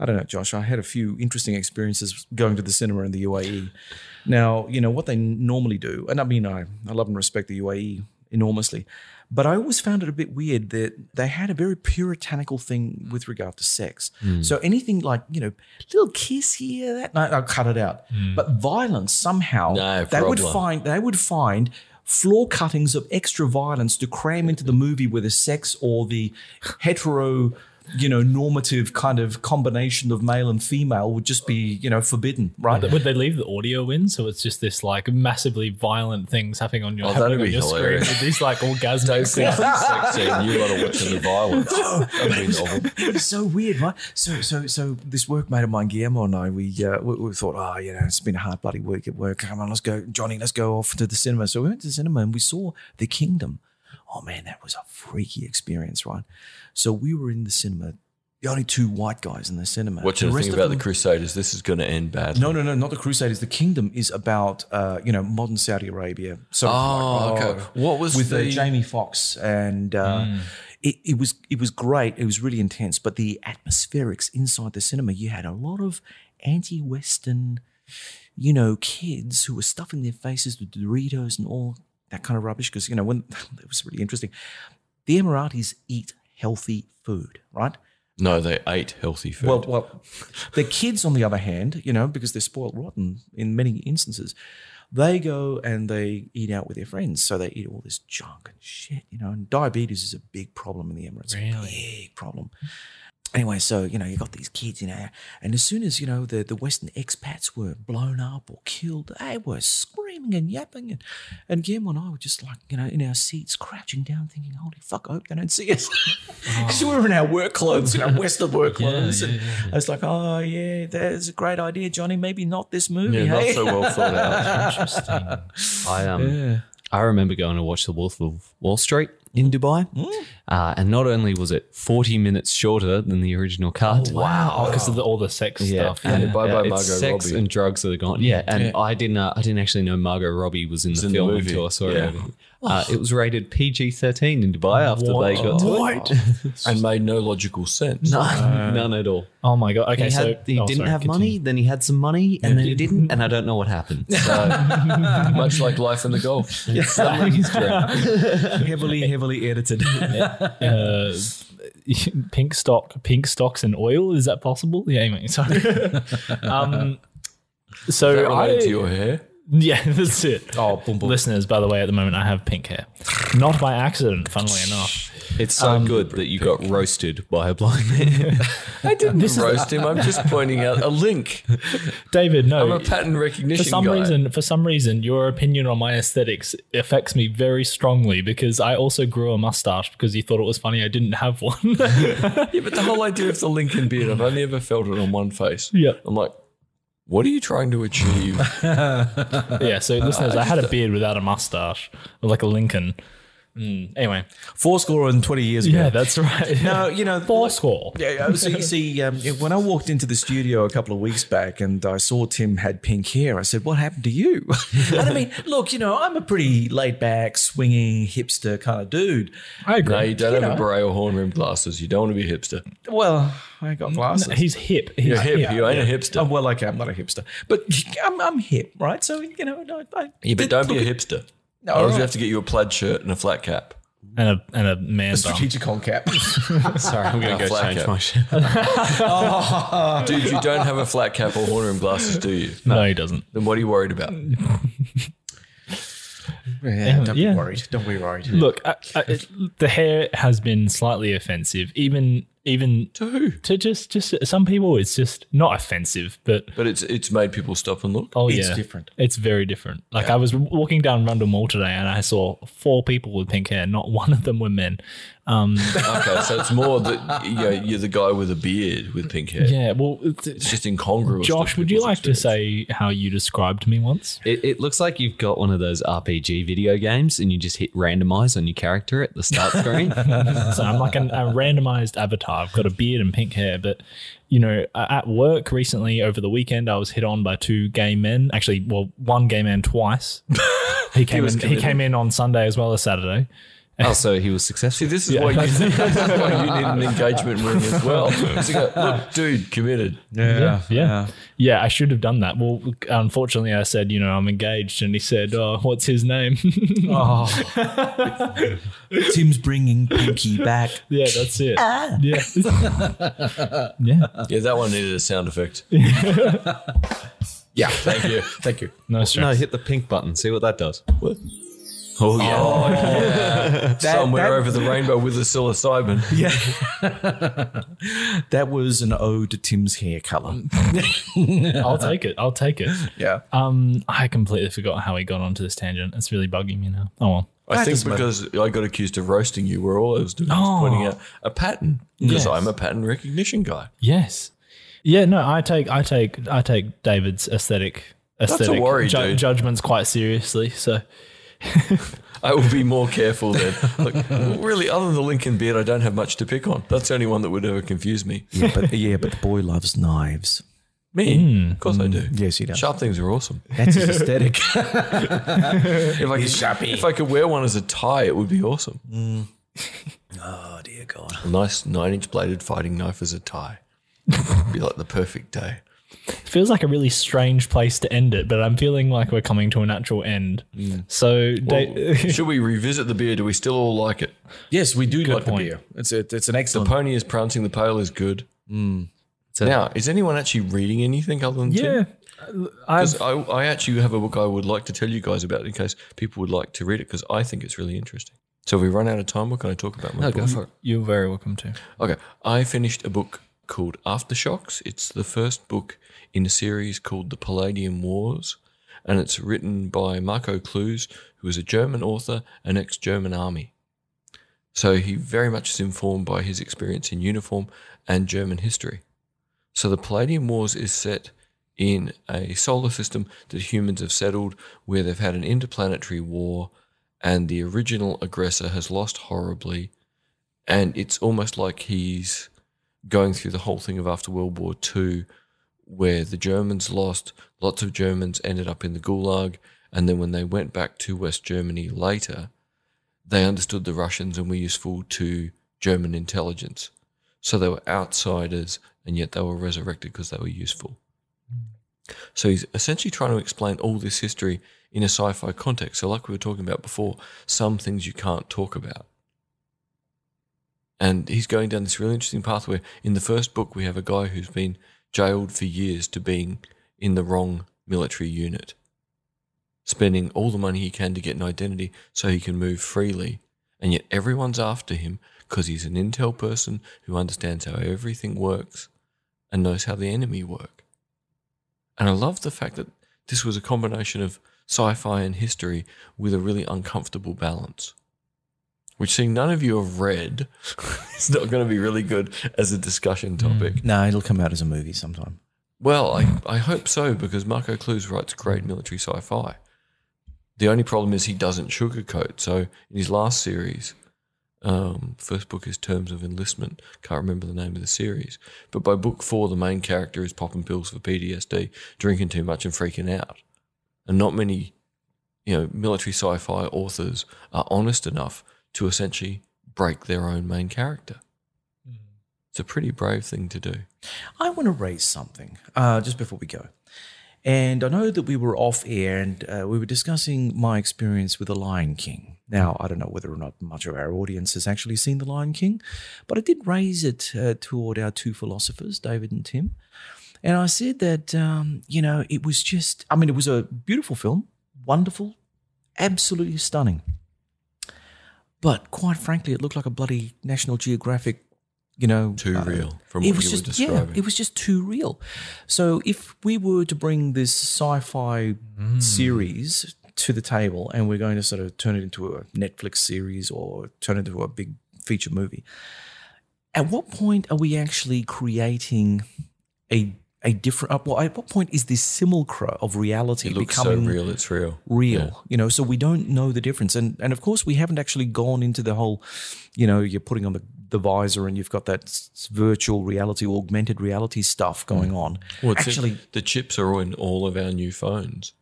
I don't know, Josh. I had a few interesting experiences going to the cinema in the UAE. Now, you know what they normally do, and I mean, I, I love and respect the UAE enormously, but I always found it a bit weird that they had a very puritanical thing with regard to sex. Hmm. So anything like, you know, little kiss here, that, no, no, cut it out. But violence somehow Hmm. No they would problem. find they would find floor cuttings of extra violence to cram into the movie where the sex or the hetero you know normative kind of combination of male and female would just be you know forbidden right Would they leave the audio in so it's just this like massively violent things happening on your, that'd happening on be your screen hilarious. with these like orgasmic scenes? sex scene. You lot are watching the violence. That'd be novel. it's so weird right so so so this workmate of mine Guillermo and I we uh, we, we thought oh you know it's been a hard bloody week at work come on let's go Johnny let's go off to the cinema so we went to the cinema and we saw The Kingdom oh man that was a freaky experience right so we were in the cinema the only two white guys in the cinema Watching the the rest thing of about the them- Crusaders. This is going to end badly. no no no not the crusaders the kingdom is about uh you know modern saudi arabia so Oh, okay. What was with the Hmm. uh, Jamie Fox, and uh, it, it was it was great. It was really intense, but the atmospherics inside the cinema, you had a lot of anti-Western, you know, kids who were stuffing their faces with Doritos and all that kind of rubbish. Because you know, when it was really interesting, the Emiratis eat healthy food, right? No, they ate healthy food. well, well, the kids on the other hand, you know, because they're spoiled rotten in many instances, They go and they eat out with their friends, so they eat all this junk and shit, you know. And diabetes is a big problem in the Emirates, Really? big problem. Anyway, so you know, you got these kids, you know, and as soon as you know the, the Western expats were blown up or killed, they were screaming and yapping, and and Guillermo and I were just like, you know, in our seats, crouching down, thinking, "Holy fuck, I hope they don't see us," because we were in our work clothes, you know, Western work clothes, and I was like, "Oh yeah, that's a great idea, Johnny. Maybe not this movie, yeah, not hey?" so well thought out. Interesting. I um, I remember going to watch The Wolf of Wall Street in Dubai, uh, and not only was it forty minutes shorter than the original cut. Oh, Wow. Because of the, all the sex Yeah, stuff. and Bye bye, it's Margot sex Robbie. and drugs are gone. Yeah, and I didn't, uh, I didn't actually know Margot Robbie was in the in the film movie. until I saw Yeah. it. Uh, it was rated PG thirteen in Dubai after they got to What? it. and made no logical sense. No, none at all. Oh my god. Okay, he so had, he oh, didn't sorry, have money. continue. Then he had some money, and then he didn't. And I don't know what happened. Much like life in the Gulf. Suddenly he's drowned. heavily heavily edited. Uh, pink stock, pink stocks and oil. Is that possible? Yeah. Anyway, sorry. um, so That related I- to your hair. yeah, that's it. oh, boom, boom. Listeners, by the way, at the moment I have pink hair, not by accident. Funnily enough, It's so good that you got roasted by a blind man. I didn't roast him. I'm just pointing out a link. David, no. I'm a pattern recognition for some guy. reason, for some reason, your opinion on my aesthetics affects me very strongly because I also grew a mustache because you thought it was funny I didn't have one. Yeah, but the whole idea of the Lincoln beard, I've only ever felt it on one face. Yeah. I'm like, what are you trying to achieve? yeah, so listeners, I had a beard without a mustache, like a Lincoln. Mm, anyway, Four score and 20 years ago. yeah, that's right. Uh, No, you know, four score. Yeah, yeah, so you see, um, yeah, when I walked into the studio a couple of weeks back and I saw Tim had pink hair, I said, What happened to you? and I mean, look, you know, I'm a pretty laid back, swinging, hipster kind of dude. I agree. no, you don't have a beret or horn rimmed glasses. You don't want to be a hipster. Well, I got glasses. He's hip. He's You're hip. hip. you ain't a hipster. Oh, well, okay, I'm not a hipster, but I'm, I'm hip, right? So, you know, I, I, yeah, but don't be a hipster. No, I always have to get you a plaid shirt and a flat cap. And a and a man bun. strategic on cap. Sorry, I'm going Ah, to go flat change cap. my shit. Dude, you don't have a flat cap or horn rimmed glasses, do you? No, he doesn't. Then what are you worried about? yeah, don't Yeah. be worried. Don't be worried. Look, I, I, it- the hair has been slightly offensive, even even to who? To just just some people, it's just not offensive, but But it's it's made people stop and look. oh It's yeah, different. It's very different. Like I was walking down Rundle Mall today, and I saw four people with pink hair. Not one of them were men. Um, Okay, so it's more that you know, you're the guy with a beard with pink hair. yeah. Well, it's- It's just incongruous. Josh, to would you people's like to experience. say how you described me once? It, it looks like you've got one of those RPG video games and you just hit randomize on your character at the start screen. so I'm like an, a randomized avatar. I've got a beard and pink hair, but you know, a- at work recently over the weekend, I was hit on by two gay men. Actually, well, one gay man twice. He came in. He came in on Sunday as well as Saturday. oh, so he was See, successful. this is why you this is why you need an engagement ring as well. So you go, look, dude, committed. Yeah, yeah, yeah. I should have done that. Well, unfortunately, I said, you know, I'm engaged, and he said, "Oh, what's his name?" Tim's bringing Pinky back. yeah, that's it. Yeah, yeah. Yeah, that one needed a sound effect. Oh, Yeah, Thank you. thank you. No stress. No, hit the pink button. See what that does. Oh yeah. Somewhere that- over the rainbow with a psilocybin. That was an ode to Tim's hair color. I'll take it. I'll take it. Yeah. Um, I completely forgot how we got onto this tangent. It's really bugging me now. Oh well. I think because I got accused of roasting you, where all I was doing was pointing out a pattern because Oh. Yes. I'm a pattern recognition guy. Yes. Yeah, no, I take I take I take David's aesthetic aesthetic worry, dude. judgments quite seriously. So I will be more careful then. Look, really, other than the Lincoln beard, I don't have much to pick on. That's the only one that would ever confuse me. Yeah, but yeah, but the boy loves knives. Me, Hmm. of course I do. Yes, he does. Sharp things are awesome. That's his aesthetic. If I, could, if I could wear one as a tie, it would be awesome. oh dear God. A nice nine-inch bladed fighting knife as a tie. be like the perfect day. it feels like a really strange place to end it, but I'm feeling like we're coming to a natural end. So da- Should we revisit the beer? Do we still all like it? Yes, we do like point. the beer. It's a, it's an The excellent. pony is prancing. The pail is good. now, is anyone actually reading anything other than Tim? Yeah. i 'Cause I, I actually have a book I would like to tell you guys about in case people would like to read it because I think it's really interesting. So if we run out of time, what can I talk about? My book? you're very welcome to. Okay, I finished a book called Aftershocks. It's the first book in a series called The Palladium Wars, and it's written by Marco Clues, who is a German author and ex German army. So he very much is informed by his experience in uniform and German history. So the Palladium Wars is set in a solar system that humans have settled where they've had an interplanetary war and the original aggressor has lost horribly and it's almost like he's going through the whole thing of after World War II, where the Germans lost, lots of Germans ended up in the Gulag, and then when they went back to West Germany later, they understood the Russians and were useful to German intelligence. So they were outsiders, and yet they were resurrected because they were useful. So he's essentially trying to explain all this history in a sci fi context. So, like we were talking about before, some things you can't talk about. And he's going down this really interesting path where in the first book we have a guy who's been jailed for years to being in the wrong military unit, spending all the money he can to get an identity so he can move freely, and yet everyone's after him because he's an intel person who understands how everything works and knows how the enemy work. And I love the fact that this was a combination of sci fi and history with a really uncomfortable balance. Which, seeing none of you have read, it's not going to be really good as a discussion topic. No, it'll come out as a movie sometime. Well, I, I hope so because Marco Clues writes great military sci fi. The only problem is he doesn't sugarcoat. So in his last series, um, first book is Terms of Enlistment. Can't remember the name of the series. But by book four, the main character is popping pills for PTSD, drinking too much and freaking out. And not many, you know, military sci fi authors are honest enough to essentially break their own main character. It's a pretty brave thing to do. I want to raise something uh, just before we go. And I know that we were off air and uh, we were discussing my experience with The Lion King. Now, I don't know whether or not much of our audience has actually seen The Lion King, but I did raise it uh, toward our two philosophers, David and Tim. And I said that, um, you know, it was just, I mean, it was a beautiful film, wonderful, absolutely stunning. But quite frankly, it looked like a bloody National Geographic, you know, Too uh, real from it what was you just were describing. yeah, it was just too real. So if we were to bring this sci-fi Mm. series to the table and we're going to sort of turn it into a Netflix series or turn it into a big feature movie, at what point are we actually creating a a different? uh, Well, at what point is this simulacra of reality it looks so becoming real, it's real. real you know so we don't know the difference and and of course we haven't actually gone into the whole you know you're putting on the, the visor and you've got that s- virtual reality augmented reality stuff going on Mm. Well, it's actually the chips are in all of our new phones.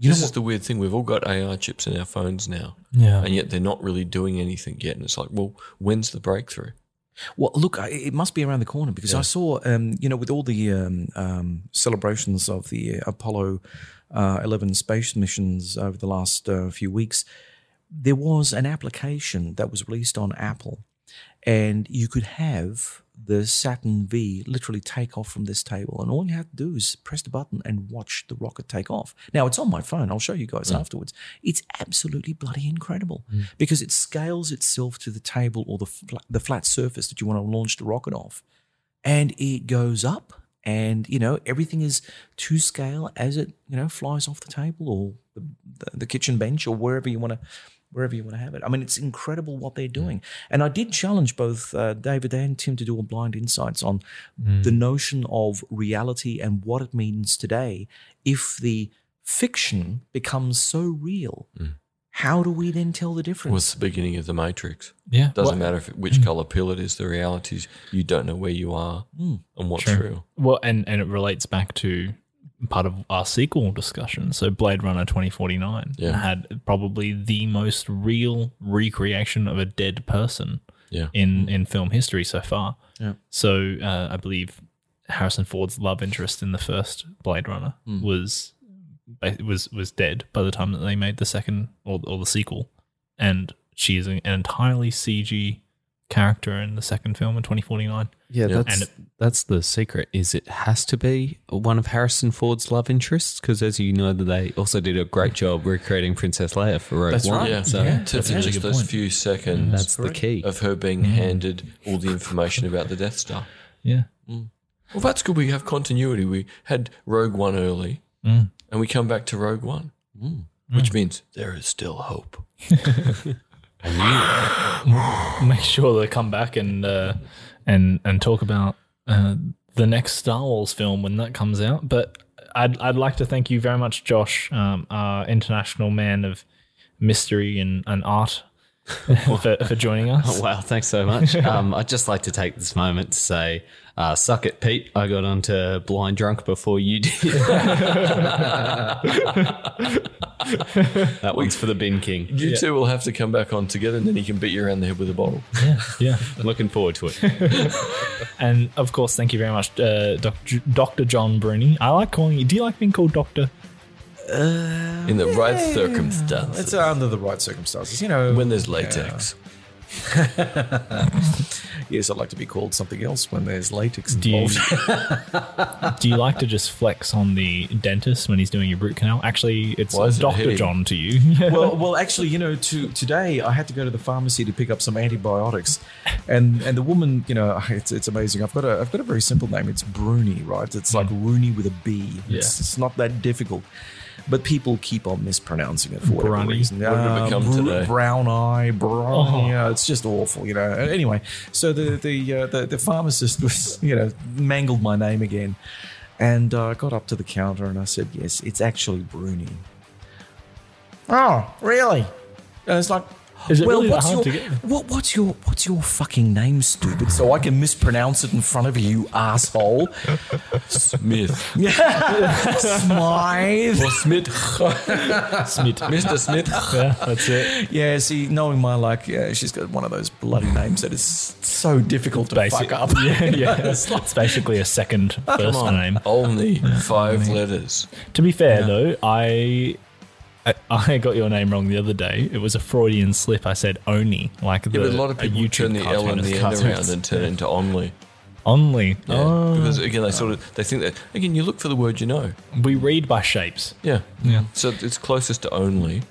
You know this is what- the weird thing. We've all got AR chips in our phones now, Yeah. and yet they're not really doing anything yet. And it's like, well, when's the breakthrough? well look I, it must be around the corner because i saw um you know with all the um, um celebrations of the apollo uh, 11 space missions over the last uh, few weeks there was an application that was released on Apple, and you could have the Saturn V literally take off from this table, and all you have to do is press the button and watch the rocket take off. Now it's on my phone. I'll show you guys afterwards. It's absolutely bloody incredible because it scales itself to the table or the fla- the flat surface that you want to launch the rocket off, and it goes up. And you know everything is to scale as it you know flies off the table or the, the, the kitchen bench or wherever you want to wherever you want to have it. I mean, it's incredible what they're doing. And I did challenge both uh, David and Tim to do a blind insights on Mm. the notion of reality and what it means today. If the fiction becomes so real, Mm. how do we then tell the difference? What's the beginning of the Matrix? Yeah. Doesn't matter if which color pill it is. The reality is you don't know where you are and what's Sure. real. Well, and and it relates back to part of our sequel discussion. So Blade Runner 2049 Yeah. had probably the most real recreation of a dead person Yeah. in in film history so far. Yeah. So uh, I believe Harrison Ford's love interest in the first Blade Runner was was was dead by the time that they made the second or, or the sequel, and she is an entirely CG character in the second film in 2049. Yeah, that's And- that's the secret. Is it has to be one of Harrison Ford's love interests because, as you know, they also did a great job recreating Princess Leia for Rogue That's One. right. Yeah. So To- to that's a really just good those point. few seconds that's the key. of her being handed all the information about the Death Star. Yeah. Well, that's good. We have continuity. We had Rogue One early, Mm. and we come back to Rogue One, which means Mm. there is still hope. make sure they come back and uh, and and talk about uh, the next Star Wars film when that comes out. But I'd I'd like to thank you very much, Josh, um, our international man of mystery and, and art, for, for joining us. Oh, wow, thanks so much. Um, I'd just like to take this moment to say, uh, suck it, Pete. I got onto Blind Drunk before you did. that one's for the Bin King. You two will have to come back on together, and then he can beat you around the head with a bottle. Yeah, Looking forward to it. and of course, thank you very much, uh, Doctor Doctor John Bruni. I like calling you. Do you like being called Doctor? In the right circumstances, It's under the right circumstances, you know. when there's latex. Yes, I'd like to be called something else when there's latex Do you, involved. do you like to just flex on the dentist when he's doing your root canal? Actually, it's Why is it Dr. heavy? John to you. well, well, actually, you know, to, today I had to go to the pharmacy to pick up some antibiotics, and and the woman, you know, it's, it's amazing. I've got a I've got a very simple name. It's Bruni, right? It's like Hmm. Rooney with a B. It's, Yeah. it's not that difficult, but people keep on mispronouncing it for whatever Bruni. reason. What did it Uh, become today? Brown eye, brown. Oh. Yeah, it's just awful, you know. And Anyway, so the the uh, the, the pharmacist was, you know, mangled my name again. And uh, I got up to the counter and I said, "Yes, it's actually Bruni." Oh, really? And it's like, Is it well, really that what's hard to your, get? what, what's your what's your fucking name, stupid? So I can mispronounce it in front of you, asshole. Smith. Smythe. Or Smith. Smith. Mr. Smith. Yeah, that's it. Yeah, see, knowing my luck, yeah, she's got one of those bloody names that is so difficult to Basic- fuck up. Yeah, yeah. it's basically a second first name. Only five letters. To be fair though, I, I I got your name wrong the other day. It was a Freudian slip. I said Oni, like the Yeah, but a lot of people YouTube turn the L and cartoonist the N around cartoonist. and turn into only. Only. Yeah. Oh. Because again, they sort of they think that again you look for the word you know. Oh. we read by shapes. Yeah. Yeah. So it's closest to only.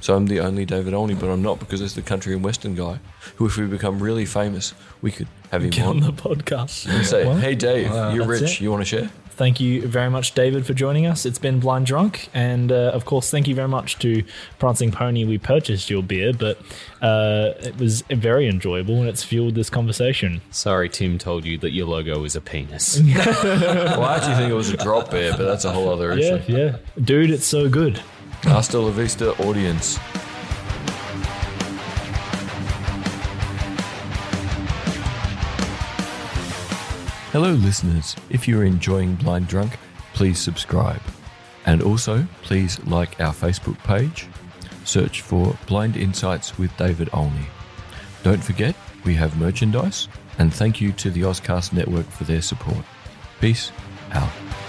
So I'm the only David Only, but I'm not because it's the country and western guy who, if we become really famous, we could have him On the on podcast. and say, Well, "Hey Dave, you're Uh, rich. that's it. You want to share?" Thank you very much, David, for joining us. It's been Blind Drunk. And uh, of course, thank you very much to Prancing Pony. We purchased your beer, but uh, it was very enjoyable and it's fueled this conversation. Sorry, Tim told you that your logo is a penis. well, I actually think it was a drop bear, but that's a whole other issue. Yeah, yeah. Dude, it's so good. Hasta la vista, audience. Hello, listeners. If you're enjoying Blind Drunk, please subscribe. And also, please like our Facebook page. Search for Blind Insights with David Olney. Don't forget, we have merchandise. And thank you to the Ozcast Network for their support. Peace out.